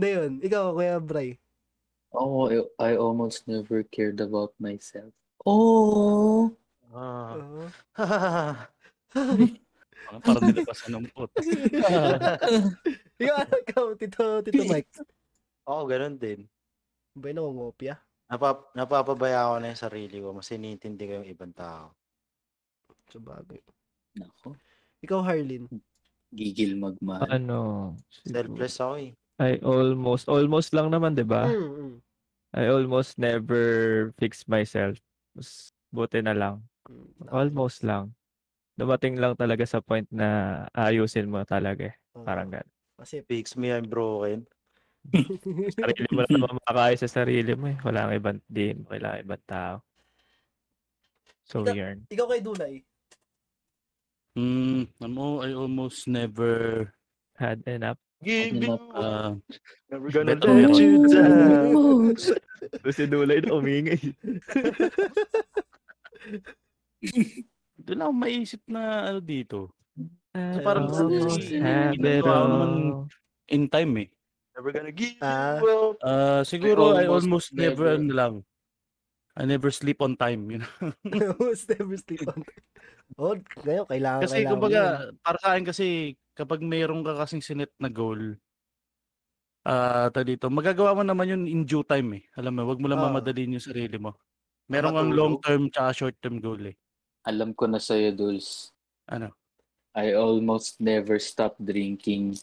Speaker 1: Na yun, ikaw, Kuya Bray.
Speaker 2: Oh, I, I almost never cared about myself. Oh,
Speaker 3: Ah.
Speaker 1: Oo.
Speaker 4: Parang, parang nilabasan ng pot.
Speaker 1: Yung ano ikaw, Tito, Tito Mike.
Speaker 3: Oo, ganun din.
Speaker 1: Ba yun ngopya?
Speaker 3: Napap- napapabaya ko na yung sarili ko. Mas iniintindi ko yung ibang tao.
Speaker 1: Sa bagay.
Speaker 2: Nako,
Speaker 1: Ikaw, Harlin.
Speaker 2: gigil magmahal.
Speaker 5: Ano? siguro-
Speaker 3: Selfless ako eh.
Speaker 5: I almost, almost lang naman,
Speaker 4: Ah.
Speaker 5: di ba?
Speaker 1: Mm, mm,
Speaker 5: I almost never fix myself. Mas Buti na lang.
Speaker 1: mm.
Speaker 5: Almost lang. Dumating lang talaga sa point na ayusin mo talaga eh.
Speaker 1: Oo.
Speaker 5: Parang gano'n.
Speaker 1: Mm. Kasi,
Speaker 3: Fix me, I'm broken.
Speaker 5: Sarili mo lang naman makakaayos sa sarili mo eh. Wala kang ibang din. Wala kang ibang tao. So
Speaker 1: Ikaw-
Speaker 5: weird.
Speaker 1: ikaw kay Dunay.
Speaker 4: Hmm, alam mo, I almost never
Speaker 5: Had enough.
Speaker 3: Giving
Speaker 2: Ano
Speaker 3: up.
Speaker 4: uh,
Speaker 3: Ganun
Speaker 4: Bet on
Speaker 3: din.
Speaker 5: Kasi dulay na umingay.
Speaker 4: doon lang ako maisip na ano dito.
Speaker 5: So
Speaker 4: parang
Speaker 1: gusto mo
Speaker 4: yung- ginagawa mo naman- In time eh.
Speaker 3: Never gonna give
Speaker 1: Ah.
Speaker 3: up.
Speaker 4: Ah, siguro
Speaker 2: I
Speaker 4: I
Speaker 2: almost
Speaker 4: almost, never,
Speaker 2: never-
Speaker 4: ano lang. I never sleep on time, you know.
Speaker 1: Almost never sleep on time. Oh, ngayon, kailangan,
Speaker 4: Kasi
Speaker 1: kailangan mo yun.
Speaker 4: kumbaga, para sa akin kasi kapag mayroon ka kasing sinet na goal, ah, ta dito, magagawa mo naman yun in due time eh. Alam mo, wag mo lang
Speaker 1: Ah.
Speaker 4: mamadalin yung sarili mo. Meron kang
Speaker 3: Nakatulog.
Speaker 4: long-term tsaka short-term goal eh.
Speaker 2: Alam ko na sa'yo, Dulce.
Speaker 4: Ano?
Speaker 2: I almost never stop drinking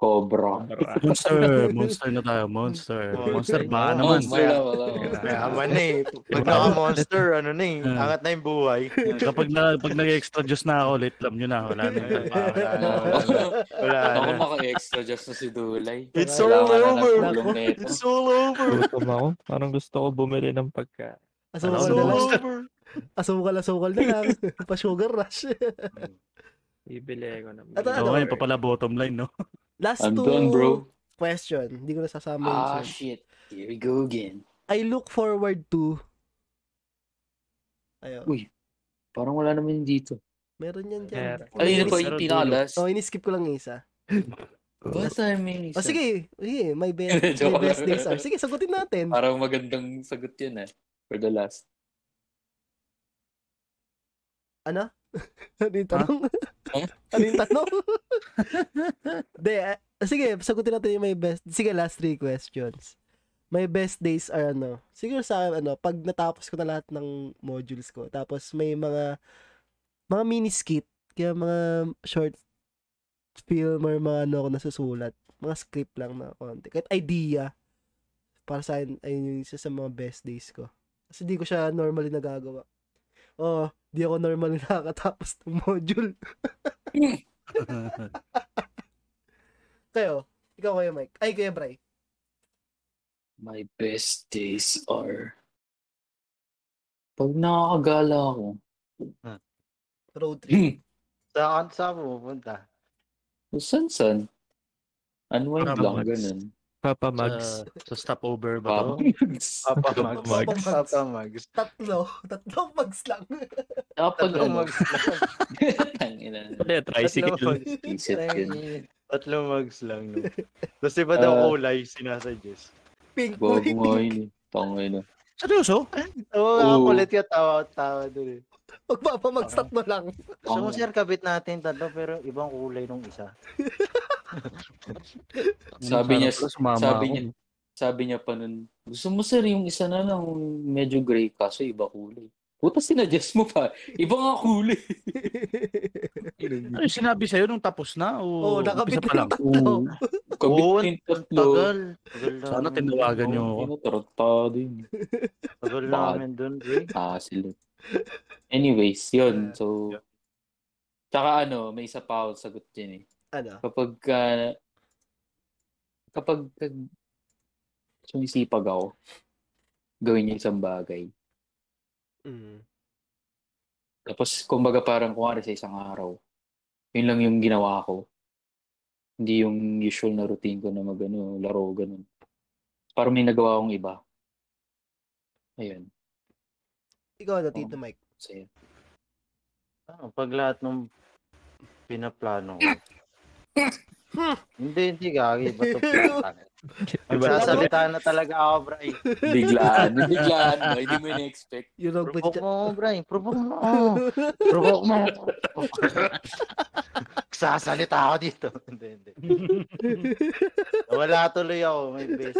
Speaker 2: Cobra.
Speaker 5: Ano
Speaker 4: Monster, monster na tayo, monster. Monster ba naman?
Speaker 2: Monster na Oh, wala.
Speaker 4: Oh,
Speaker 3: Mayaman eh. Pag naka-monster, ano na eh.
Speaker 4: Ah.
Speaker 3: Angat na yung buhay.
Speaker 4: Kapag na, pag nag-extra juice na ako, late lam nyo na. Wala na. yung trabaho, Wala na. wala na.
Speaker 3: Wala
Speaker 2: Ako
Speaker 3: na.
Speaker 2: maka-extra just na si Dulay.
Speaker 3: It's all
Speaker 2: Kailangan na
Speaker 3: over.
Speaker 2: natulog na ito.
Speaker 3: It's all over.
Speaker 5: Gutom ako. Parang gusto ko bumili ng pagka.
Speaker 1: Asukal na
Speaker 3: It's
Speaker 4: Ano?
Speaker 3: all
Speaker 1: lang.
Speaker 4: Monster.
Speaker 3: over.
Speaker 1: Asukal, asukal na lang. Pa-sugar rush.
Speaker 5: Ibili ko ng
Speaker 1: Ito,
Speaker 4: So
Speaker 1: ano?
Speaker 4: ngayon, papala bottom line, no?
Speaker 1: Last
Speaker 2: I'm
Speaker 1: two
Speaker 2: done, bro.
Speaker 1: question. Hindi ko nasasama yun. sir.
Speaker 2: Ah, shit. Here we go again.
Speaker 1: I look forward to... Ayun.
Speaker 2: Uy. Parang wala naman dito.
Speaker 1: Meron yan
Speaker 5: Yeah.
Speaker 1: dyan.
Speaker 2: Ay, yun
Speaker 1: Inis-
Speaker 2: pa yung pinakalas.
Speaker 1: Oh, iniskip ko lang yung isa.
Speaker 2: What I mean is...
Speaker 1: O Ah, sige, sige, my best, my
Speaker 2: Joke
Speaker 1: best
Speaker 2: lang. Ah,
Speaker 1: days are. Sige, sagutin natin.
Speaker 2: Parang magandang sagot yun eh. For the last.
Speaker 1: Ano? ano yung tanong?
Speaker 2: Huh?
Speaker 1: ano yung tanong? De, ah, sige, sagutin natin yung my best. Sige, last three questions. My best days are ano? Siguro sa akin, ano, pag natapos ko na lahat ng modules ko, tapos may mga mga mini skit, kaya mga short film or mga ano ako nasusulat. Mga script lang na konti. Kahit idea, para sa akin, ayun yung isa sa mga best days ko. Kasi di ko siya normally nagagawa. Oh, di ako normal nakakatapos ng module. Kayo, ikaw kayo Mike. Ay, kayo Bray.
Speaker 2: My best days are... Pag nakakagala ako,
Speaker 1: Road trip.
Speaker 3: Saan saan mo pupunta?
Speaker 2: san-san. Unwind
Speaker 4: Parang
Speaker 2: lang,
Speaker 4: mags.
Speaker 2: ganun.
Speaker 5: Papa
Speaker 4: Sa,
Speaker 5: Mags.
Speaker 4: sa stopover ba to?
Speaker 2: Pamags.
Speaker 3: Papamags.
Speaker 1: Papamags.
Speaker 3: Papamags.
Speaker 1: Tatlo. Tatlong mags lang.
Speaker 2: Kapag
Speaker 3: Tatlong
Speaker 2: ano.
Speaker 3: mags.
Speaker 2: Tangina.
Speaker 5: Pati tricycle.
Speaker 3: Tatlong mags.
Speaker 2: Isip yun.
Speaker 3: Tatlong mags lang. No? Tapos iba daw
Speaker 2: Ah.
Speaker 3: kulay sinasuggest.
Speaker 1: Pink
Speaker 2: Bobo
Speaker 1: pink, pink.
Speaker 2: mo yun. eh. Tangina.
Speaker 4: Seryoso?
Speaker 3: Oo, oh,
Speaker 2: Oo.
Speaker 3: kulit ka. Tawa, tawa dun eh.
Speaker 1: Magpapamags tatlo lang.
Speaker 3: Gusto mo
Speaker 2: Tangina.
Speaker 3: sir, kabit natin tatlo pero ibang kulay nung isa.
Speaker 2: Sabi niya-
Speaker 4: Sarap na sumama
Speaker 2: sabi
Speaker 4: ako.
Speaker 2: niya, sabi niya pa nun, gusto mo sir yung isa na lang medyo gray kaso iba kulay. Puta sinadjust mo pa. Iba nga kulay.
Speaker 4: Ano yung sinabi sa'yo nung tapos na?
Speaker 1: Oo,
Speaker 4: O
Speaker 1: nakabit
Speaker 4: umpisa pa
Speaker 1: na
Speaker 4: lang?
Speaker 1: yung tatlo.
Speaker 2: Kabit
Speaker 3: Oo,
Speaker 2: na yung
Speaker 3: ang
Speaker 2: tatlo.
Speaker 3: tagal. Tagal na
Speaker 4: Sana
Speaker 3: namin
Speaker 4: tinawagan
Speaker 3: dun.
Speaker 4: niyo ako.
Speaker 2: Ano, tarantado yun.
Speaker 3: Tagal na
Speaker 2: Bad.
Speaker 3: namin dun, Ray.
Speaker 2: Ah, sila. Anyways, yun.
Speaker 3: Yeah.
Speaker 2: So, tsaka ano, may isa pa ako sagot din eh.
Speaker 1: Ano?
Speaker 2: Kapag, ah, kapag, kapag sumisipag ako, gawin niya isang bagay.
Speaker 1: Mm.
Speaker 2: Tapos, kumbaga parang kuwari sa isang araw, yun lang yung ginawa ko. Hindi yung usual na routine ko na mag ano, laro, ganun. Parang may nagawa akong iba. Ayun.
Speaker 1: Ikaw ano,
Speaker 3: Oh.
Speaker 1: Tito Mike?
Speaker 2: So, yun.
Speaker 3: Ah, pag lahat nung pinaplano ko. hindi, hindi gagi. Ba't ito Diba? Magsasalita na talaga ako, Bray.
Speaker 2: Biglaan. Biglaan ba? Hindi mo in-expect.
Speaker 1: Yun ang
Speaker 3: Provoke
Speaker 1: batya.
Speaker 3: mo ako, Bray. Provoke mo ako. Provoke mo ako. Magsasalita ako dito. Hindi, hindi. Wala tuloy ako. May best.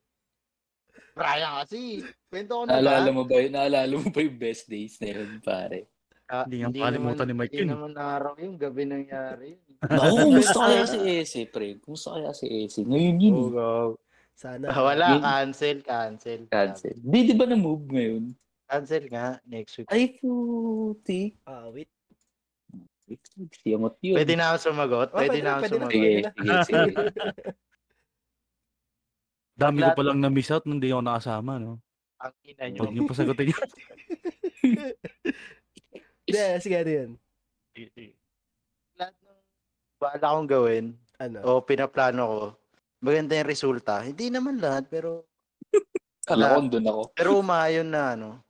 Speaker 3: Brian kasi. Kwento ko na Ano ba?
Speaker 2: Naalala mo ba yun? Naalala mo ba yung best days na yun, pare?
Speaker 3: Ah,
Speaker 4: Hindi nga makalimutan ni
Speaker 3: naman-
Speaker 4: Mike
Speaker 3: Hindi
Speaker 4: yun.
Speaker 3: naman araw yung gabi nangyari. Ano
Speaker 2: Naku, kumusta kaya si Ese, pre? Kumusta kaya si Ese? Ngayon yun,
Speaker 3: Oh,
Speaker 2: eh.
Speaker 3: wow.
Speaker 1: Sana.
Speaker 3: Ah, Wala,
Speaker 2: Yun.
Speaker 3: cancel, cancel.
Speaker 2: Cancel. Di, di ba na-move ngayon?
Speaker 3: Cancel nga, next week.
Speaker 2: Ay, puti.
Speaker 1: Ah, wait.
Speaker 2: Siyamot yun.
Speaker 3: Pwede na ako sumagot?
Speaker 1: Oh,
Speaker 3: Pwede,
Speaker 1: pwede na,
Speaker 3: na ako
Speaker 1: pwede na.
Speaker 3: sumagot?
Speaker 2: Sige, sige, sige.
Speaker 4: Dami ko palang na-miss out nung di ako nakasama, no?
Speaker 3: Ang ina nyo.
Speaker 4: Huwag niyo pasagutin yun.
Speaker 1: Hindi, sige, ano yun?
Speaker 3: Lahat ng bala kong gawin
Speaker 1: Ano?
Speaker 3: o pinaplano ko, maganda yung resulta. Hindi naman lahat, pero
Speaker 2: Kala ko, doon ako.
Speaker 3: pero umayon na ano,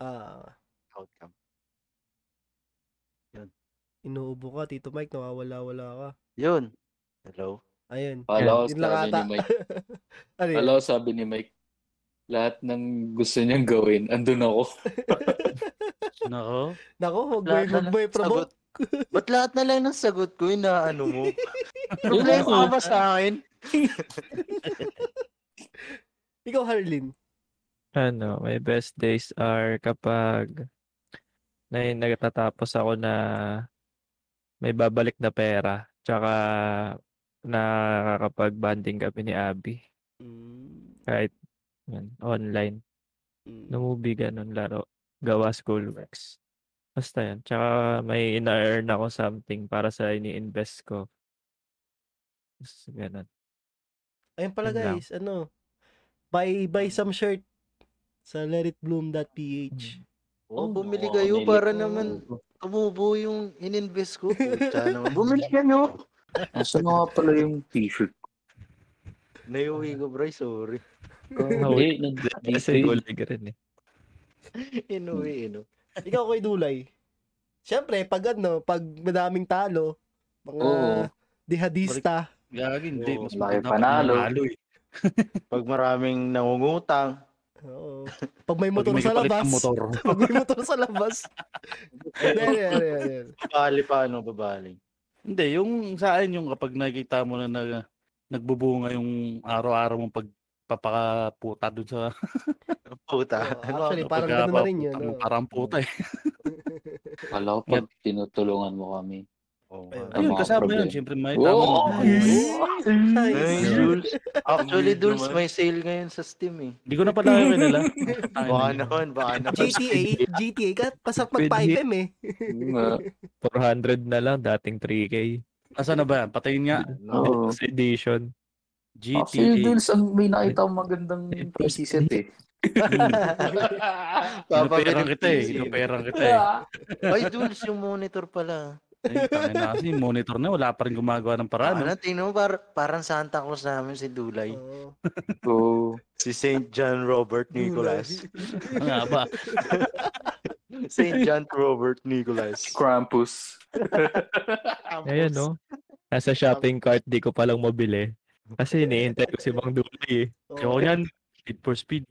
Speaker 1: Ah,
Speaker 3: outcome.
Speaker 1: inuubo ka, Tito Mike, nawawala-wala ka.
Speaker 3: Yun. Hello?
Speaker 1: Ayun.
Speaker 2: Kala ko,
Speaker 1: Yun lang
Speaker 2: sabi
Speaker 1: ata.
Speaker 2: ni Mike.
Speaker 1: Ano yun?
Speaker 2: Kala ko, sabi ni Mike. Lahat ng gusto niyang gawin, andun ako.
Speaker 4: Nako.
Speaker 1: Nako, huwag mo
Speaker 3: Lahat
Speaker 1: yung
Speaker 3: na
Speaker 1: huwag mo yung promote.
Speaker 3: Sagot. Ba't lahat na lang ng sagot ko yun na ano mo?
Speaker 2: Yun
Speaker 3: Problema
Speaker 2: ako.
Speaker 3: ka ba sa akin?
Speaker 1: Ikaw, Harlin.
Speaker 5: Ano, my best days are kapag na nagtatapos ako na may babalik na pera. Tsaka nakakapag-banding kami ni Abby.
Speaker 1: Mm,
Speaker 5: Kahit yun, online.
Speaker 1: mm.
Speaker 5: No movie, ganun laro. Gawa school works. Basta yan. Tsaka may ina-earn ako something para sa ini-invest ko. Tapos ganun.
Speaker 1: Ayun pala
Speaker 5: Yun lang.
Speaker 1: guys, ano, buy, buy some shirt sa letitbloom.ph.
Speaker 3: Oh, bumili
Speaker 2: Oo,
Speaker 3: kayo
Speaker 2: bumili.
Speaker 3: para naman tumubo yung ininvest ko. Puta naman. Bumili kayo.
Speaker 2: Nasaan na nga pala yung t-shirt ko?
Speaker 3: Naiuwi ko, bro. Sorry.
Speaker 2: Hindi, nandito
Speaker 5: Kasi
Speaker 2: yun.
Speaker 5: bulag rin eh.
Speaker 3: Inuwi, ino.
Speaker 5: Mm.
Speaker 1: Ikaw kay Dulay. Siyempre, pag ano, pag madaming talo, mga
Speaker 2: Oo.
Speaker 1: dihadista,
Speaker 4: Gagi, hindi.
Speaker 3: Oo,
Speaker 4: Mas
Speaker 2: laki
Speaker 4: maganda pa
Speaker 2: panalo.
Speaker 4: manalo, eh.
Speaker 3: Pag maraming nangungutang,
Speaker 1: oo. pag may
Speaker 4: Pag
Speaker 1: motor
Speaker 4: may
Speaker 1: sa
Speaker 4: kapalit
Speaker 1: labas,
Speaker 4: ng motor.
Speaker 1: pag may motor sa labas. Yan, yan, yan, yan.
Speaker 3: babali pa, ano, babali.
Speaker 4: Hindi, yung sa akin yung kapag nakikita mo na, na nagbubunga yung araw-araw mong pagpapakaputa dun sa
Speaker 3: Puta.
Speaker 1: Oo, actually,
Speaker 4: Ano,
Speaker 1: parang
Speaker 4: pagka-
Speaker 1: ganun na rin yun.
Speaker 4: putang-
Speaker 1: oo.
Speaker 4: Parang puta eh.
Speaker 2: Kala ko, pag tinutulungan mo kami.
Speaker 3: Oo.
Speaker 1: Ayun.
Speaker 3: ano?
Speaker 4: Ayun,
Speaker 2: mga
Speaker 4: kasama
Speaker 2: problema.
Speaker 4: yun. Siyempre, may
Speaker 2: Oo!
Speaker 4: tama.
Speaker 1: Nice.
Speaker 3: Ay,
Speaker 1: Nice.
Speaker 3: Jules. Actually,
Speaker 2: Ang weird
Speaker 3: Jules,
Speaker 2: naman.
Speaker 3: may sale ngayon sa Steam eh.
Speaker 4: Hindi ko na pala kayo kilala.
Speaker 3: Baka naman, baka naman.
Speaker 1: GTA, GTA ka, pasap
Speaker 5: Pwede.
Speaker 1: mag-5M eh.
Speaker 2: Yun nga.
Speaker 5: 400 na lang, dating 3K.
Speaker 4: Asa na ba yan? Patayin nga.
Speaker 2: Oo.
Speaker 5: Latest edition.
Speaker 2: Actually,
Speaker 4: GTA.
Speaker 2: Jules, ang may nakita akong magandang PC set eh.
Speaker 4: Inuperang kita eh. Inuperang kita eh.
Speaker 3: Ay, Jules, yung monitor pala.
Speaker 4: Ay, tangin na kasi yung monitor na. Wala pa rin gumagawa ng paraan.
Speaker 3: Ano, tingnan mo, par- parang Santa Claus namin si Dulay.
Speaker 1: Oo.
Speaker 2: Oo.
Speaker 3: Si St. John Robert Nicholas.
Speaker 4: Ano nga ba?
Speaker 3: St. John Robert Nicholas.
Speaker 2: Krampus.
Speaker 5: Ayan, no? Nasa shopping cart, di ko palang mabili. Kasi iniintay ko si Mang Dulay eh.
Speaker 1: Oo.
Speaker 4: Ayoko niyan. Need for speed.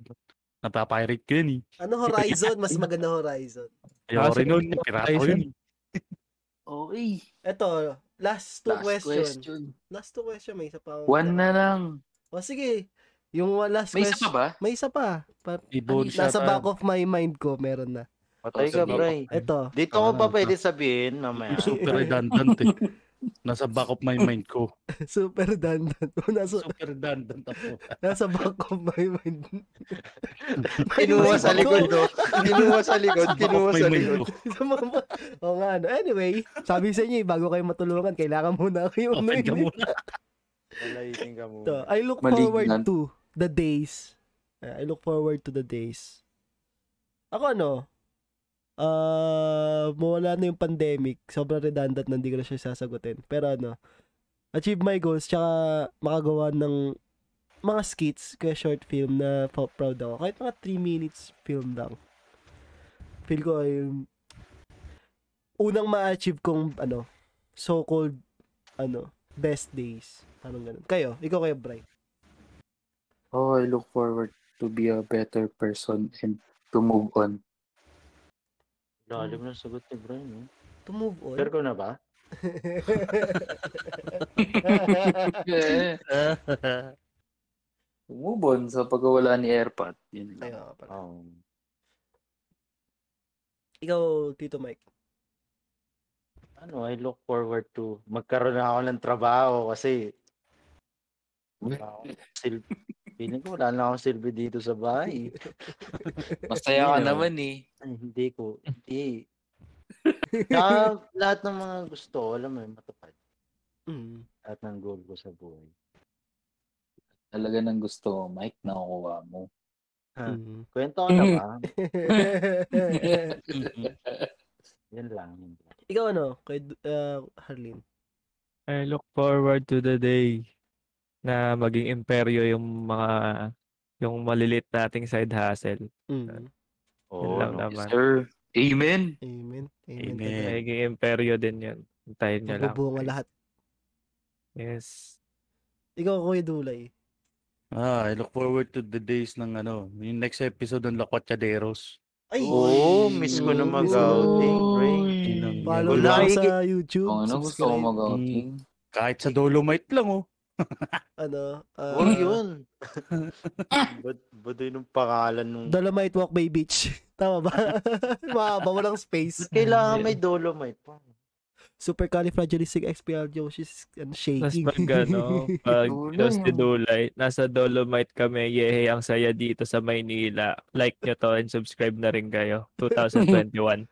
Speaker 4: Napapirate ko yun eh.
Speaker 1: Ano Horizon? Mas maganda Horizon.
Speaker 4: Ayoko
Speaker 5: Nasa-
Speaker 4: rin nun. Pirato ko yun. eh.
Speaker 2: Okay.
Speaker 1: Eto, last two
Speaker 2: Last
Speaker 1: question.
Speaker 2: question.
Speaker 1: Last two question, may isa pa. akong-
Speaker 2: One na lang.
Speaker 1: O sige, yung one last
Speaker 2: May isa
Speaker 1: question.
Speaker 2: pa ba?
Speaker 1: May isa pa. Pa-
Speaker 4: Ibon siya.
Speaker 1: Nasa back of my mind ko, meron na.
Speaker 3: Patay ka, eh. bray.
Speaker 1: Eto,
Speaker 3: Dito ko pa pwede sabihin mamaya.
Speaker 4: Super redundant eh. Nasa back of my mind ko.
Speaker 1: super redundant. nasa,
Speaker 4: Super redundant ako.
Speaker 1: nasa back of my mind.
Speaker 3: Kinuha sa likod, no? Kinuha sa likod,
Speaker 4: Back of
Speaker 3: kinuha
Speaker 4: my
Speaker 3: sa
Speaker 4: mind
Speaker 3: likod.
Speaker 4: ko.
Speaker 1: o nga, ano. Anyway, sabi sa inyo, eh, bago kayo matulungan, kailangan muna kayo
Speaker 4: Open ka
Speaker 1: unuin.
Speaker 4: muna.
Speaker 3: Malayitin ka muna.
Speaker 1: Ito, I look
Speaker 2: Malignant.
Speaker 1: forward to the days. Uh, I look forward to the days. Ako ano, uh, mawala na yung pandemic. Sobrang redundant na hindi ko na siya sasagutin. Pero ano, achieve my goals, tsaka makagawa ng mga skits, kaya short film na pa- proud ako. Kahit mga 3 minutes film lang. Feel ko ay unang ma-achieve kong ano, so-called ano, best days. Parang ganun. Kayo, ikaw kayo, Bray.
Speaker 2: Oh, I look forward to be a better person and to move on.
Speaker 3: Lalim na sagot ni Brian. Eh.
Speaker 1: To move on.
Speaker 3: Pero ko na ba?
Speaker 2: move on sa pagkawala ni Airpot. Yun lang.
Speaker 1: Ayun, pala.
Speaker 3: Um,
Speaker 1: Ikaw, Tito Mike.
Speaker 3: ano, I look forward to magkaroon na ako ng trabaho kasi wala akong silbi. Feeling ko wala na akong silbi dito sa bahay.
Speaker 2: Masaya ka
Speaker 3: Yun.
Speaker 2: naman eh.
Speaker 3: Ay, hindi ko. Hindi. Kaya lahat ng mga gusto ko, alam mo, yun, matupad.
Speaker 1: Mm.
Speaker 3: Lahat ng goal ko sa buhay.
Speaker 2: Talaga ng gusto mo, Mike, nakukuha mo.
Speaker 3: Ah.
Speaker 1: Mm.
Speaker 3: Kwento ko na ba?
Speaker 2: Mm-hmm.
Speaker 3: Yan lang.
Speaker 1: ikaw ano, kay uh, Harleen.
Speaker 5: I look forward to the day na maging imperyo yung mga yung malilit nating side hustle.
Speaker 3: Ah.
Speaker 1: Mm.
Speaker 3: Oo,
Speaker 5: lang
Speaker 3: no.
Speaker 5: naman.
Speaker 2: Sir, amen.
Speaker 1: Amen. Amen.
Speaker 4: Amen.
Speaker 1: Amen.
Speaker 5: Magiging imperyo din yun. Antayin nyo lang.
Speaker 1: Magbubunga lahat.
Speaker 5: Yes.
Speaker 1: Ikaw, Kuya Dulay.
Speaker 4: Ah, I look forward to the days ng ano, yung next episode ng La Quachaderos.
Speaker 1: Ay!
Speaker 3: Oo, miss ko na
Speaker 1: Miss ko.
Speaker 3: mag-outing, Ray.
Speaker 4: Yun ang-
Speaker 1: Follow
Speaker 4: yun
Speaker 1: na
Speaker 4: ang-
Speaker 1: ako
Speaker 3: Like
Speaker 1: sa YouTube.
Speaker 2: Kung ano gusto ko
Speaker 1: subscribe.
Speaker 2: mag-outing.
Speaker 4: Kahit sa Dolomite lang oh.
Speaker 1: Ano? ah,
Speaker 3: Oo, yun. Ba't ba't yun yung pangalan nung...
Speaker 1: Dolomite Walk by Beach. Tama ba? Mahaba, walang space.
Speaker 3: Kailangan may dolomite pa.
Speaker 1: Supercalifragilisticexpialidocious and shaking.
Speaker 5: Tapos pag ano, pag
Speaker 2: Dulay,
Speaker 5: Los de
Speaker 2: ah.
Speaker 5: Dulay, nasa Dolomite kami, yehe, ang saya dito sa Maynila. Like nyo to and subscribe na rin kayo. 2021.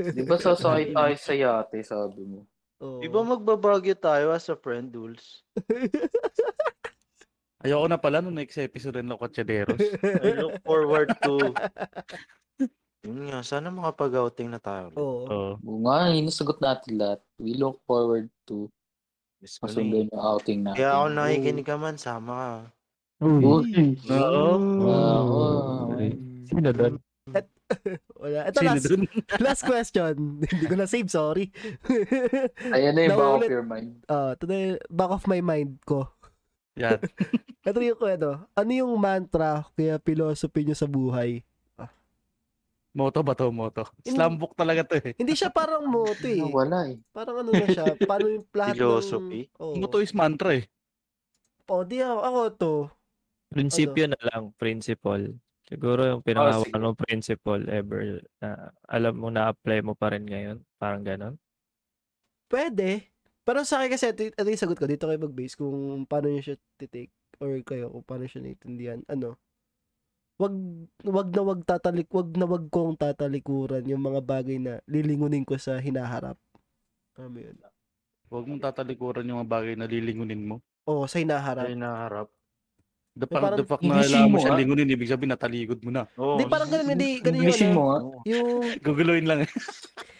Speaker 2: Di ba sasakay tayo sa yate, sabi mo?
Speaker 1: Oo.
Speaker 3: Di ba magbabagyo tayo as a friend, Dules?
Speaker 4: Ayoko na pala nung next episode ng La Quachaderos.
Speaker 3: I look forward to... Yun nga, sana makapag-outing na tayo. ulit.
Speaker 1: Oo.
Speaker 4: Oo.
Speaker 2: Oo nga, yun ang sagot natin lahat. We look forward to
Speaker 3: Miss ko na eh.
Speaker 2: masundan yung outing natin.
Speaker 3: Kaya ako nakikinig ka man, sama ka.
Speaker 2: Uy.
Speaker 4: Oo.
Speaker 2: Wow.
Speaker 5: Sino doon?
Speaker 1: Wala. Ito
Speaker 4: Sino
Speaker 1: last,
Speaker 4: dun?
Speaker 1: last question. Hindi ko na save, sorry.
Speaker 2: Ayan na yung back of
Speaker 1: Naulit.
Speaker 2: your mind.
Speaker 1: Ah, ito na yung back of my mind ko.
Speaker 4: Yan.
Speaker 1: Ito yung kwento. Ano yung mantra kaya philosophy nyo sa buhay?
Speaker 4: Moto ba to, moto?
Speaker 1: Yun-
Speaker 4: Slambok talaga to eh.
Speaker 1: Hindi siya parang moto eh.
Speaker 2: Wala eh.
Speaker 1: Parang ano na siya. Parang yung lahat
Speaker 3: Philosophy?
Speaker 1: ng... Oh.
Speaker 4: Moto is mantra eh.
Speaker 1: Oh, di ako. Ako to.
Speaker 5: Prinsipyo na lang, principle. Siguro yung
Speaker 2: sige.
Speaker 5: pinakawalan mong principle ever na alam mo na-apply mo pa rin ngayon. Parang ganon.
Speaker 1: Pwede. Pero sa akin kasi, ito, ito yung sagot ko. Dito kayo mag-base kung paano nyo siya titake or kayo kung paano siya naiintindihan. Ano? Wag wag na wag tatalik, wag na wag kong tatalikuran yung mga bagay na lilingunin ko sa hinaharap. Tama yun.
Speaker 4: Huwag mong tatalikuran yung mga bagay na lilingunin mo.
Speaker 1: Oo, sa hinaharap.
Speaker 3: Ay, naharap.
Speaker 4: The
Speaker 1: Eh,
Speaker 4: fact,
Speaker 1: parang
Speaker 4: the fact na
Speaker 2: gigising
Speaker 4: alam mo
Speaker 2: mo,
Speaker 4: siya
Speaker 2: ah.
Speaker 4: lingunin, ibig sabihin nataligod mo na.
Speaker 3: Oo.
Speaker 1: Hindi, parang ganun, hindi, ganun yung,
Speaker 2: Gising
Speaker 1: ano,
Speaker 2: mo ah. nga.
Speaker 1: yung,
Speaker 4: Guguluhin lang eh.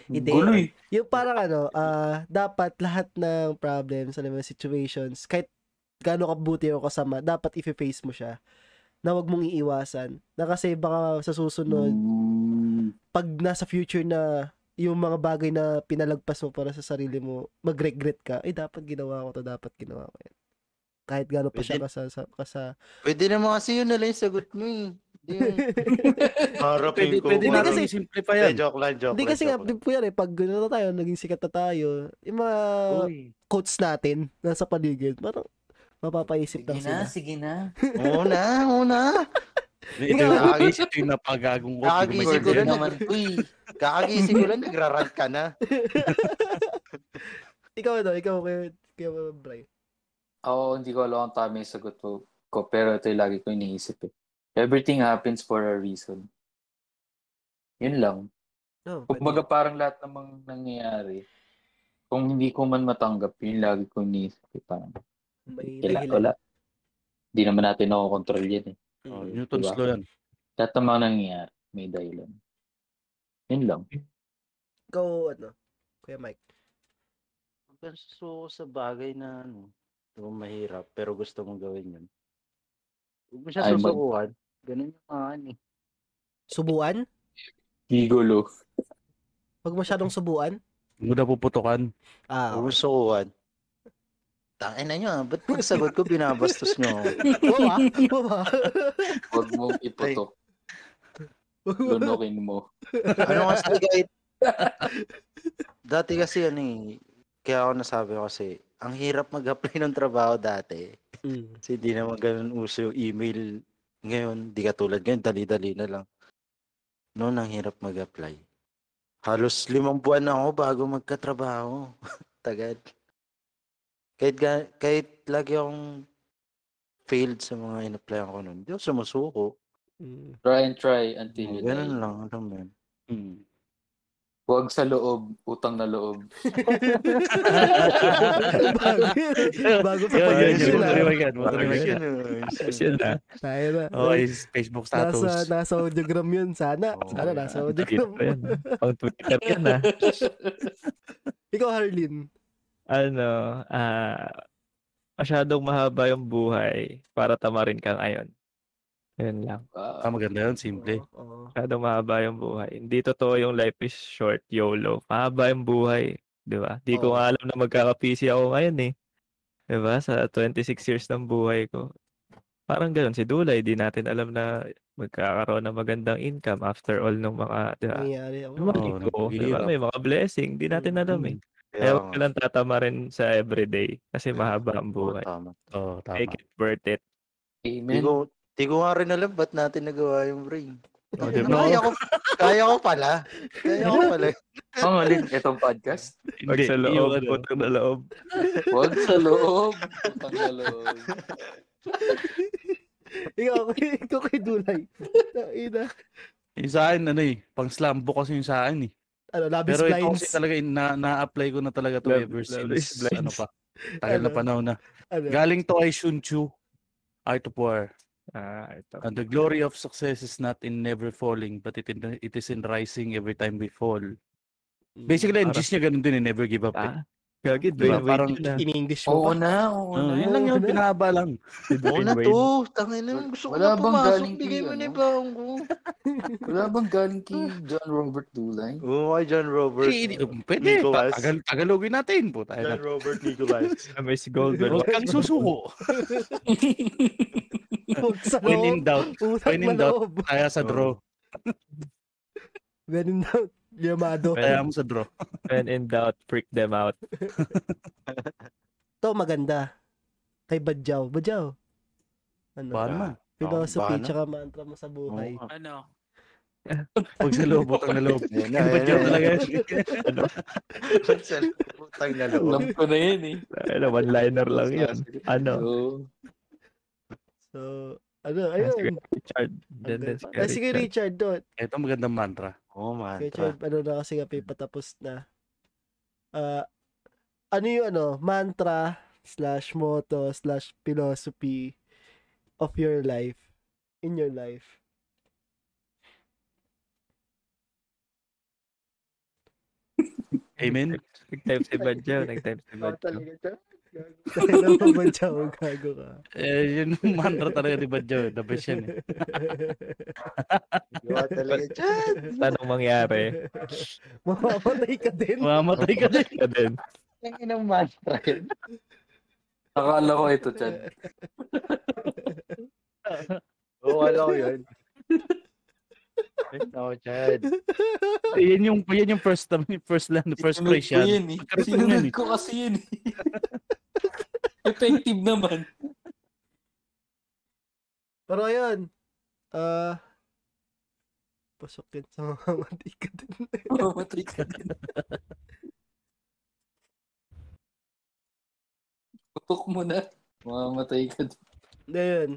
Speaker 1: Hindi.
Speaker 2: Gulo eh.
Speaker 1: yung parang ano, ah, dapat lahat ng problems, alam mo, situations, kahit gaano kabuti o kasama, dapat i-face mo siya na wag mong iiwasan. Na kasi baka sa susunod,
Speaker 2: Mm,
Speaker 1: pag nasa future na yung mga bagay na pinalagpas mo para sa sarili mo, mag-regret ka, eh dapat ginawa ko to, dapat ginawa ko yan. Kahit gaano pa siya kasa, sa, kasa.
Speaker 3: Pwede naman kasi yun nalang yung sagot mo eh. Hindi yung- Harapin
Speaker 4: Pwede,
Speaker 3: ko. ano
Speaker 4: pwede
Speaker 1: Hindi
Speaker 3: parang-
Speaker 4: natin
Speaker 1: kasi-
Speaker 4: i-simplify
Speaker 3: Hindi,
Speaker 4: yan.
Speaker 3: joke lang, joke
Speaker 1: Hindi
Speaker 3: lang,
Speaker 1: kasi nga,
Speaker 3: joke
Speaker 1: di po yan eh, pag gano'n na tayo, naging sikat na tayo, yung mga
Speaker 3: Uy.
Speaker 1: quotes natin, nasa paligid, parang mapapaisip lang sila.
Speaker 2: sige na.
Speaker 3: Una, una.
Speaker 4: Ito yung nakagis, ito yung napagagong ko.
Speaker 3: Nakagising ko
Speaker 2: Siguro
Speaker 3: rin.
Speaker 2: naman. Uy,
Speaker 3: Kakagising ko lang, nagrarant ka na.
Speaker 1: Ikaw ano, ikaw kayo, kayo Bray.
Speaker 2: Oo, hindi ko alam ang tama yung sagot ko, ko, pero ito yung lagi ko iniisip eh. Everything happens for a reason. Yun lang.
Speaker 1: No,
Speaker 2: Kumbaga parang lahat ng mga nangyayari, kung hindi ko man matanggap, yun lagi ko iniisip eh. Parang,
Speaker 1: may
Speaker 2: kailangan
Speaker 1: dahilan.
Speaker 2: wala. Hindi naman natin nakokontrol yan eh.
Speaker 1: Mm.
Speaker 4: Newton's
Speaker 2: Diba?
Speaker 4: law yan.
Speaker 2: Lahat ng mga nangyayari, may dahilan. Yun lang.
Speaker 4: Hmm.
Speaker 1: Ikaw ano, Kuya Mike.
Speaker 3: Gusto ko sa bagay na ano, ito mahirap, pero gusto mong gawin yun. Huwag mo siya
Speaker 2: Ay, mag-
Speaker 3: susukuhan. Ganun yung mga ano eh.
Speaker 1: Subuan?
Speaker 2: Gigolo.
Speaker 1: Huwag masyadong subuan?
Speaker 4: Hindi mo na puputukan.
Speaker 1: Ah,
Speaker 3: Huwag mo sukuhan. Tangin na nyo, ah. ba't yung sagot ko binabastos nyo? ako?
Speaker 1: Oo ah, oo ah.
Speaker 2: Huwag mong iputok. Lunukin mo.
Speaker 3: ano kasi guide? dati kasi ano eh, kaya ako nasabi ko kasi, ang hirap mag-apply ng trabaho dati.
Speaker 1: Mm.
Speaker 3: Kasi di naman ganun uso yung email ngayon. Di katulad ngayon, dali-dali na lang. Noon, ang hirap mag-apply. Halos limang buwan na ako bago magkatrabaho. Tagad. Kahit, ga- kahit lagi akong failed sa mga in-applyan ko noon. Di ako sumusuko.
Speaker 1: Mm.
Speaker 2: Try and try
Speaker 4: Oh,
Speaker 2: until you
Speaker 3: Ganun
Speaker 2: die.
Speaker 3: lang, alam mo yun.
Speaker 2: Hmm. Huwag sa loob, utang na loob.
Speaker 1: bago, bago pa
Speaker 5: Yun, Oh, yun, yun.
Speaker 1: sila.
Speaker 5: Mataliwag yan. Mataliwag
Speaker 3: Tapos
Speaker 5: yan.
Speaker 3: yun, eh,
Speaker 5: Tapos
Speaker 3: yun.
Speaker 5: yun na.
Speaker 1: Tayo na.
Speaker 4: Okay, Facebook status.
Speaker 1: Nasa, nasa audiogram yun. Sana.
Speaker 3: Oo.
Speaker 1: Sana nasa
Speaker 5: Nakita
Speaker 1: audiogram.
Speaker 5: ko yan. Pang Twitter yan ah.
Speaker 1: Ikaw, Harleen.
Speaker 5: Ano, ah, masyadong mahaba yung buhay para tamarin ka ngayon. Yun lang.
Speaker 4: Ah, maganda yun, simple.
Speaker 1: Oo, oo.
Speaker 5: Masyadong mahaba yung buhay. Hindi totoo yung life is short, YOLO. Mahaba yung buhay. Di ba? Di ko
Speaker 1: Oo.
Speaker 5: nga alam na magkaka-PC ako ngayon eh. Di ba? Sa 26 years ng buhay ko. Parang ganun si Dulay. Di natin alam na magkakaroon ng magandang income after all ng mga, di
Speaker 4: Ah.
Speaker 5: ba?
Speaker 1: Nangyari. Mm. oo.
Speaker 5: Yung mga
Speaker 4: Oo,
Speaker 5: linggo, di ba?
Speaker 4: naghihirap.
Speaker 5: May mga blessing. Di natin alam eh.
Speaker 3: Kaya
Speaker 5: Kaya
Speaker 3: nga.
Speaker 5: huwag ka lang tatama rin sa everyday kasi
Speaker 3: Kaya
Speaker 5: mahaba ang
Speaker 3: Oo,
Speaker 5: buhay.
Speaker 3: tama.
Speaker 4: Oo, tama.
Speaker 5: Make it worth it.
Speaker 3: Di
Speaker 2: Amen.
Speaker 3: ko, di ko nga rin alam ba't natin nagawa yung ring.
Speaker 5: Oh,
Speaker 3: Ano,
Speaker 5: di ba?
Speaker 3: Kaya ko, kaya ko pala. Kaya ko pala.
Speaker 2: Ang alin, itong podcast.
Speaker 5: Huwag sa
Speaker 4: Hindi,
Speaker 5: loob,
Speaker 4: yung ano.
Speaker 5: putang na loob.
Speaker 2: Huwag sa loob, utang na loob.
Speaker 1: Ikaw, ikaw kay Dulay. Ina.
Speaker 4: Yung sa akin, ano eh, pang slambo kasi yung sa akin eh.
Speaker 1: Ano, labis
Speaker 4: Pero ito
Speaker 1: blinds.
Speaker 4: kasi talaga, eh, na, na-apply ko na talaga to
Speaker 5: Lab-
Speaker 4: ever
Speaker 5: labis
Speaker 4: since,
Speaker 5: blinds.
Speaker 4: ano pa, tagal na
Speaker 1: Ano?
Speaker 4: panahon na.
Speaker 1: Ano?
Speaker 4: Galing to kay Shunchu, Art of War.
Speaker 5: Ah, ito.
Speaker 4: And Uh, the glory of success is not in never falling, but it, in- it is in rising every time we fall. Basically, ang
Speaker 5: Hmm, Parang-
Speaker 4: gist niya ganun din, eh, never give up. eh.
Speaker 5: Ah, gagi,
Speaker 4: Diba?
Speaker 5: Dwayne Wade
Speaker 4: Parang-
Speaker 5: yun ah.
Speaker 1: In English mo
Speaker 2: Oo
Speaker 1: pa.
Speaker 2: na, oo
Speaker 4: Oh,
Speaker 2: na.
Speaker 4: yun lang yun,
Speaker 1: wala.
Speaker 4: pinahaba lang.
Speaker 1: Ano
Speaker 3: Oo na
Speaker 5: Wade.
Speaker 3: to. Tangin na yun. Gusto ko
Speaker 2: Wala
Speaker 3: na
Speaker 2: bang
Speaker 3: pumasok.
Speaker 2: galing
Speaker 3: Bigay
Speaker 2: kay
Speaker 3: mo na
Speaker 2: ano?
Speaker 3: yung baon ko.
Speaker 2: Wala bang galing kay John Robert Dulay?
Speaker 3: Oo, kay John Robert.
Speaker 4: Hindi, pwede.
Speaker 3: Nicolas.
Speaker 4: Ta- Tagal, tagalogin natin po. Tayo na.
Speaker 3: John Robert Nicolais.
Speaker 5: Ah, May si
Speaker 1: Ano?
Speaker 5: Goldwell.
Speaker 4: Huwag kang susuko.
Speaker 1: Huwag sa
Speaker 4: When in
Speaker 1: loob.
Speaker 4: doubt,
Speaker 1: Utak
Speaker 4: when in
Speaker 1: na
Speaker 4: doubt.
Speaker 1: loob.
Speaker 4: kaya sa draw.
Speaker 1: When in doubt. Yamado.
Speaker 4: Kaya mo sa draw.
Speaker 5: Ano When in doubt, freak them out.
Speaker 1: Ito, maganda. Kay Badjaw. Badjaw. Ano?
Speaker 4: Paano na?
Speaker 1: Philosophy
Speaker 3: Paano?
Speaker 1: tsaka mantra mo sa buhay.
Speaker 3: Oo.
Speaker 2: Ano?
Speaker 4: Pag sa loob, utang na loob.
Speaker 3: Yan na,
Speaker 4: Yung ba
Speaker 3: yan
Speaker 4: yun
Speaker 3: na,
Speaker 4: talaga?
Speaker 3: yan Sa Putang na loob.
Speaker 2: Alam ko na yun eh.
Speaker 5: Ano, one-liner lang
Speaker 1: Ah,
Speaker 5: yun. Ano?
Speaker 2: So,
Speaker 1: So, ano,
Speaker 5: Ah, si
Speaker 1: ayun.
Speaker 5: Richard. Then, then, si
Speaker 1: Ah, sige,
Speaker 5: Richard.
Speaker 1: Richard, no.
Speaker 4: Ito magandang mantra.
Speaker 3: Oo, man.
Speaker 1: Richard, ano na kasi nga, patapos na. Ah, ano yung ano, mantra slash motto slash philosophy of your life in your life.
Speaker 4: Amen?
Speaker 5: Nag-type si Badjo. Nag-type si Badjo.
Speaker 1: Dahil na mabadyaw, gago ka.
Speaker 4: Eh, yun yung mantra talaga ni Badjo. eh. The best yan. eh.
Speaker 3: Gawa talaga. Chad!
Speaker 5: Anong mangyari?
Speaker 1: Mamamatay ka din.
Speaker 4: Mamatay ka din.
Speaker 5: Ka din.
Speaker 3: Ang inang mantra yun.
Speaker 2: akala ko ito, Chad.
Speaker 3: Oo, alam ko yun. Oo, Chad.
Speaker 4: Yan yung, yan yung first, time- first, land, first
Speaker 2: Sinunod ko
Speaker 4: Christian.
Speaker 2: yun eh.
Speaker 4: Pagkaroon ko
Speaker 2: Sinunod
Speaker 4: yan eh.
Speaker 2: ko kasi yun eh. Effective naman.
Speaker 1: Pero ayun, ah, pasok yun sa mamamatay ka din.
Speaker 2: Mamatay ka din. Tutok mo na. Mamatay ka din.
Speaker 1: Ayun.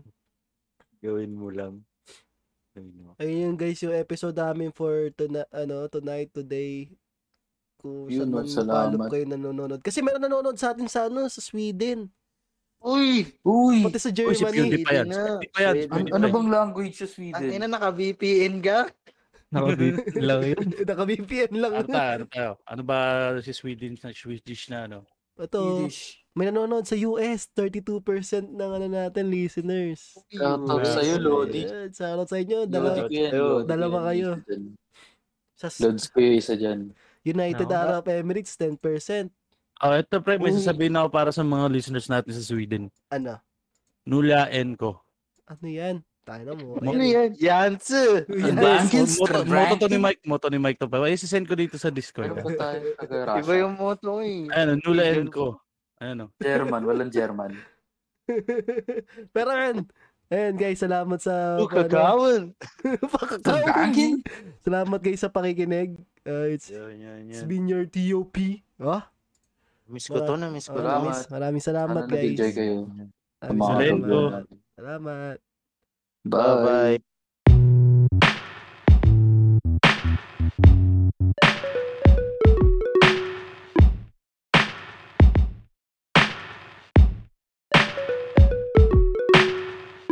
Speaker 3: Gawin mo lang. Gawin mo.
Speaker 1: Ayun yun, guys, yung episode namin for tonight, ano, tonight, today. Kung saan
Speaker 2: Yun, no,
Speaker 1: man
Speaker 2: salamat.
Speaker 1: palop kayo nanonood. Kasi meron nanonood sa atin sa, ano, sa Sweden.
Speaker 3: Uy!
Speaker 2: Uy!
Speaker 1: Pati sa
Speaker 4: Uy, si
Speaker 1: Germany.
Speaker 4: PewDiePie yan.
Speaker 3: na.
Speaker 4: Si PewDiePie yan.
Speaker 3: Pwede
Speaker 2: Ano,
Speaker 3: na.
Speaker 2: ano bang language sa Sweden?
Speaker 3: Ang ina naka-VPN ka?
Speaker 5: Nakabit lang yun.
Speaker 1: Naka-VPN lang.
Speaker 4: Ano tayo? Ano tayo? Ano ba si Swedish na Swedish na ano?
Speaker 1: Ito,
Speaker 2: Swedish.
Speaker 1: may nanonood sa US. 32% ng ano natin, listeners.
Speaker 2: Shout out
Speaker 3: Uy,
Speaker 2: sa'yo, Lodi.
Speaker 1: Ayun, Shoutout sa inyo.
Speaker 2: Lodi
Speaker 1: Dala,
Speaker 3: Dalawa-
Speaker 2: ko yan. Lodi ko
Speaker 1: dalawa
Speaker 2: yan.
Speaker 1: kayo. sa
Speaker 2: Lods ko yung isa dyan.
Speaker 1: United
Speaker 5: Ako.
Speaker 1: Arab Emirates, 10%.
Speaker 4: Oh, ito pre, may
Speaker 1: Uy.
Speaker 4: sasabihin ako para sa mga listeners natin sa Sweden.
Speaker 1: Ano?
Speaker 4: Nulaen ko.
Speaker 1: Ano yan? Tayo na mo.
Speaker 3: Ano yan? Yansu!
Speaker 1: Yan.
Speaker 3: Bankins to
Speaker 4: Ano Moto, moto to ni
Speaker 3: Brankins.
Speaker 4: Mike, moto ni Mike to pa. Ay, sisend ko dito sa
Speaker 2: Meron
Speaker 4: Discord.
Speaker 2: pa tayo
Speaker 3: Iba
Speaker 2: taga Russia.
Speaker 3: yung moto eh.
Speaker 4: Ano, nulaen ko. Ano?
Speaker 2: German, walang German.
Speaker 1: Pero ayun. Ayun guys, salamat sa...
Speaker 3: Oh, kagawin.
Speaker 1: Pakakawin. Salamat guys sa pakikinig. Uh, it's,
Speaker 3: Yan, yan,
Speaker 1: it's
Speaker 3: yan.
Speaker 1: been your TOP. Ah,
Speaker 3: Miss ko to na, miss ko
Speaker 1: oh,
Speaker 3: to.
Speaker 2: Salamat.
Speaker 1: maraming, maraming salamat
Speaker 2: Sana
Speaker 1: guys.
Speaker 2: nag-enjoy kayo.
Speaker 1: Maraming
Speaker 4: Salamat.
Speaker 1: salamat.
Speaker 2: kababayan natin.
Speaker 1: Salamat.
Speaker 2: Bye.
Speaker 3: Bye-bye.